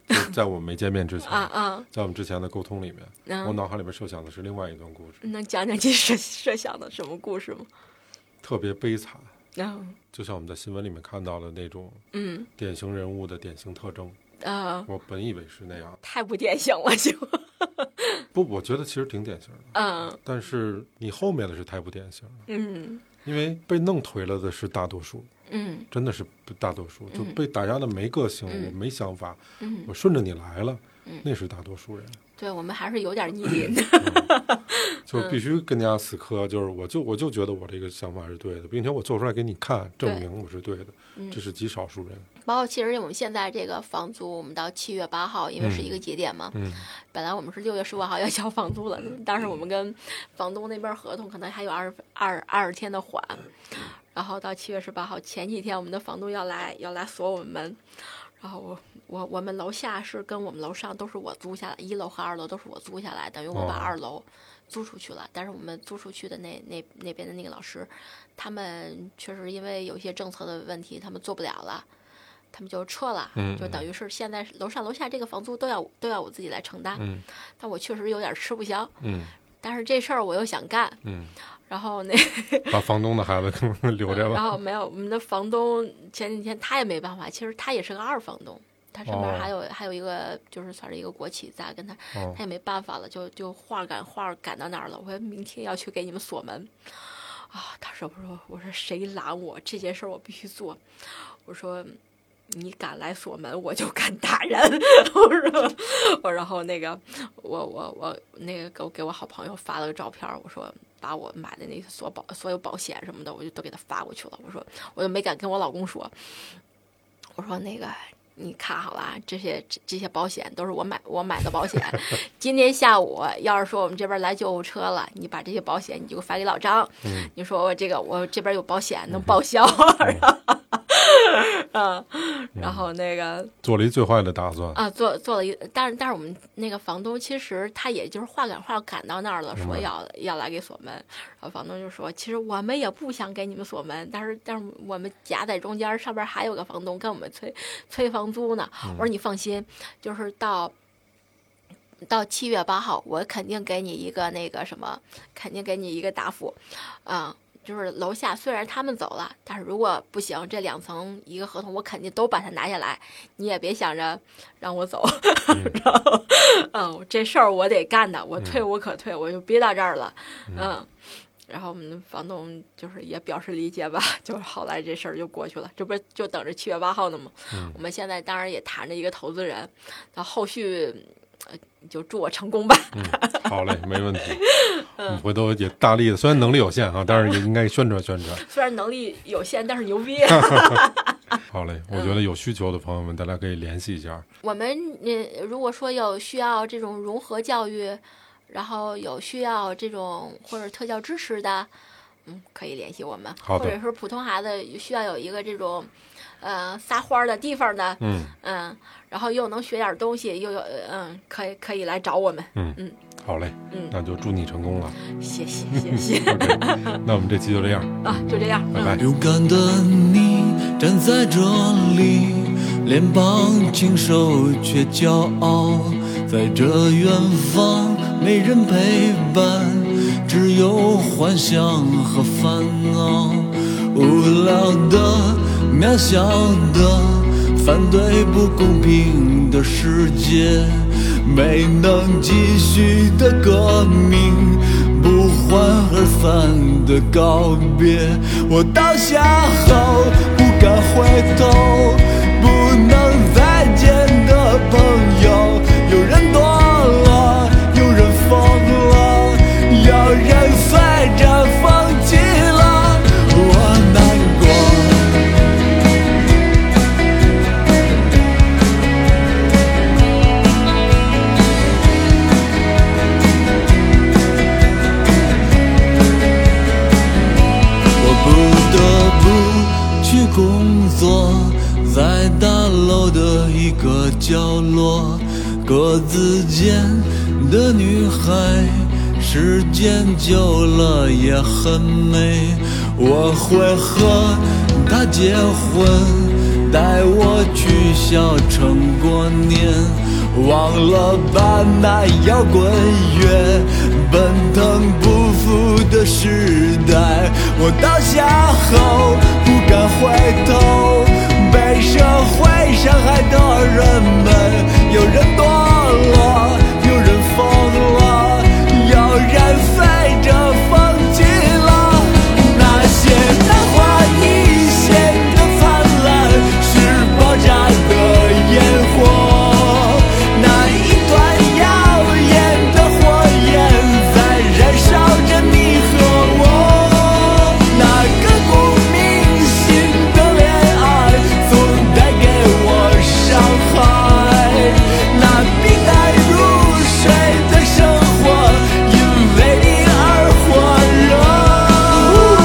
Speaker 1: 就在我们没见面之前，
Speaker 2: 啊嗯啊，
Speaker 1: 在我们之前的沟通里面，我
Speaker 2: 能
Speaker 1: 脑海里面设想的是另外一段故事，
Speaker 2: 能讲讲这设设想的什么故事吗？
Speaker 1: 特别悲惨，
Speaker 2: 嗯
Speaker 1: 就像我们在新闻里面看到的那种
Speaker 2: 嗯
Speaker 1: 典型人物的典型特征。
Speaker 2: 啊，
Speaker 1: 我本以为是那样，
Speaker 2: 太不典型了就，
Speaker 1: 不，我觉得其实挺典型的。
Speaker 2: 嗯
Speaker 1: 但是你后面的是太不典型了，
Speaker 2: 嗯
Speaker 1: 因为被弄颓了的是大多数，
Speaker 2: 嗯
Speaker 1: 真的是大多数，就
Speaker 2: 嗯
Speaker 1: 被打压的没个性，
Speaker 2: 嗯
Speaker 1: 我没想法，
Speaker 2: 嗯，
Speaker 1: 我顺着你来了
Speaker 2: 嗯，
Speaker 1: 那是大多数人。
Speaker 2: 对我们还是有点逆鳞的，
Speaker 1: 就
Speaker 2: 嗯
Speaker 1: 必须跟家死磕，就是我就我就觉得我这个想法是对的，并且我做出来给你看，证
Speaker 2: 对
Speaker 1: 明我是对的，
Speaker 2: 嗯
Speaker 1: 这是极少数人。
Speaker 2: 包括其实我们现在这个房租，我们到七月八号，因为是一个节点嘛，
Speaker 1: 嗯，
Speaker 2: 本来我们是六月十五号要交房租了，但是我们跟房东那边合同可能还有二十二二十天的缓，然后到七月十八号前几天，我们的房东要来要来锁我们门，然后我我我们楼下是跟我们楼上都是我租下来，一楼和二楼都是我租下来，等于我把
Speaker 1: 哦
Speaker 2: 二楼租出去了。但是我们租出去的那那那边的那个老师，他们确实因为有一些政策的问题，他们做不了了。他们就撤了，
Speaker 1: 嗯
Speaker 2: 就等于是现在是楼上楼下这个房租都要都要我自己来承担，
Speaker 1: 嗯
Speaker 2: 但我确实有点吃不消。
Speaker 1: 嗯
Speaker 2: 但是这事儿我又想干，
Speaker 1: 嗯，
Speaker 2: 然后那
Speaker 1: 把房东的孩子给 我们留着
Speaker 2: 然
Speaker 1: 吧。
Speaker 2: 后没有我们的房东前几天他也没办法，其实他也是个二房东，他上面
Speaker 1: 哦
Speaker 2: 还有、还有一个就是算是一个国企在跟他，
Speaker 1: 哦
Speaker 2: 他也没办法了，就就话赶话赶到那儿了，我说明天要去给你们锁门。啊！当时我说，我说谁拦我这件事儿我必须做。我说你敢来锁门，我就敢打人。 我说我然后那个我我我那个给我给我好朋友发了个照片儿，我说把我买的那个所保所有保险什么的，我就都给他发过去了。我说我就没敢跟我老公说，我说那个。你看好了啊，这些这这些保险都是我买我买的保险。 今天下午要是说我们这边来救护车了，你把这些保险你就发给老张，
Speaker 1: 嗯
Speaker 2: 你说我这个我这边有保险能报销，然后， 嗯，然后那个
Speaker 1: 做了一最坏的打算。
Speaker 2: 啊，做做了一，但是但是我们那个房东其实他也就是话赶话赶到那儿了，
Speaker 1: 明
Speaker 2: 说
Speaker 1: 白
Speaker 2: 要要来给锁门，然后房东就说，其实我们也不想给你们锁门，但是但是我们夹在中间，上边还有个房东跟我们催催房租呢。
Speaker 1: 嗯
Speaker 2: 我说你放心，就是到。到七月八号，我肯定给你一个那个什么，肯定给你一个答复，嗯，就是楼下虽然他们走了，但是如果不行，这两层一个合同我肯定都把它拿下来，你也别想着让我走，
Speaker 1: 嗯
Speaker 2: 然后，嗯，这事儿我得干的，我退无可退，我就憋到这儿了，嗯。然后我们房东就是也表示理解吧， 就是后来这事儿就过去了，这不就等着七月八号呢吗？
Speaker 1: 嗯
Speaker 2: 我们现在当然也谈着一个投资人，那后续呃就祝我成功吧。
Speaker 1: 好嘞，没问题。我
Speaker 2: 嗯
Speaker 1: 们回头也大力的，虽然能力有限啊，但是也应该宣传宣传。
Speaker 2: 虽然能力有限，但是牛逼。
Speaker 1: 好嘞，
Speaker 2: 嗯
Speaker 1: 我觉得有需求的朋友们，大家可以联系一下。
Speaker 2: 我们呃，如果说有需要这种融合教育，然后有需要这种或者特教支持的，嗯，可以联系我们。
Speaker 1: 好的
Speaker 2: 或者是普通孩子需要有一个这种，呃，撒欢儿的地方的，
Speaker 1: 嗯
Speaker 2: 嗯，然后又能学点东西，又有呃嗯，可以可以来找我们。
Speaker 1: 嗯，好嘞，
Speaker 2: 嗯，
Speaker 1: 那就祝你成功了。
Speaker 2: 谢谢谢谢
Speaker 1: OK，那
Speaker 2: 嗯
Speaker 1: 我们这期就这样，
Speaker 2: 啊，就这样，
Speaker 1: 拜
Speaker 2: 嗯
Speaker 1: 拜。
Speaker 3: 勇敢的你站在这里，脸庞清瘦却骄傲，在这远方没人陪伴，只有幻想和烦恼。无聊的、渺小的，反对不公平的世界，没能继续的革命，不欢而散的告别。我倒下后不敢回头，不能再见的朋友，有人多了，有人疯了，有人随着风起了，我难过。我不得不去工作，在大楼的一个角落，格子间的女孩，时间久了也很美。我会和她结婚，带我去小城过年。忘了吧那摇滚乐，奔腾不复的时代。我倒下后不敢回头，被社会伤害的人们，有人堕落，有人疯了，有人随着风起了。那些昙花一现的灿烂，是爆炸的烟火。那一团耀眼的火焰，在燃烧着你和我。那刻骨铭心的恋爱，总带给我伤害。那平淡如水的生活，因为你而火热。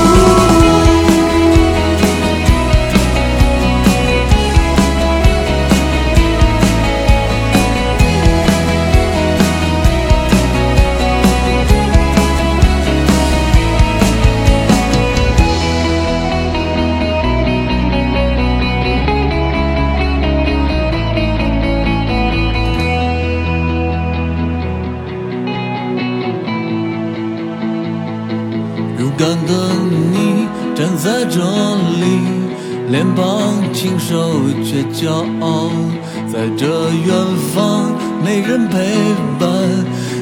Speaker 3: 勇敢的你站在这里，脸庞清瘦却骄傲，在这远方没人陪伴，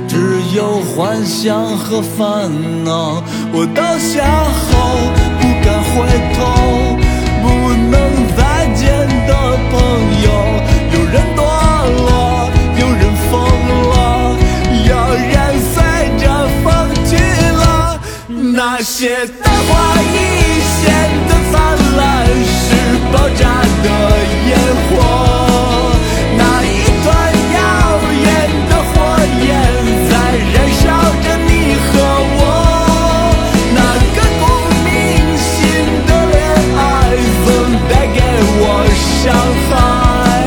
Speaker 3: 只有幻想和烦恼。我倒下后不敢回头，不能再见的朋友，有人堕落，有人疯了，有人随着风起了。那些昙花一现的灿烂，是爆炸的烟火。那一团耀眼的火焰，在燃烧着你和我。那刻骨铭心的恋爱，总带给我伤害。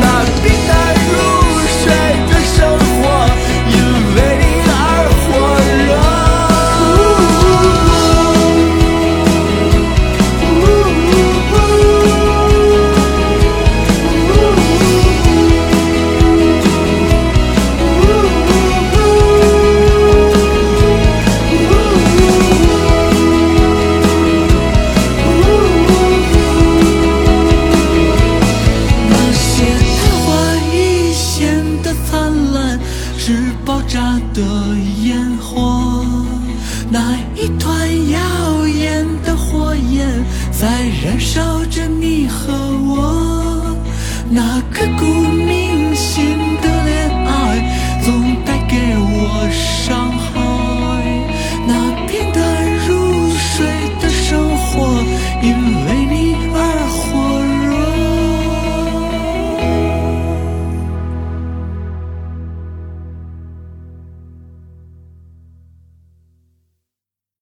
Speaker 3: 那平淡如水的生活，因为你而火热。那些昙花一现的灿烂，是爆炸的烟火。那一团耀眼的火焰，在燃烧着你和我。那刻骨铭心的恋爱，总带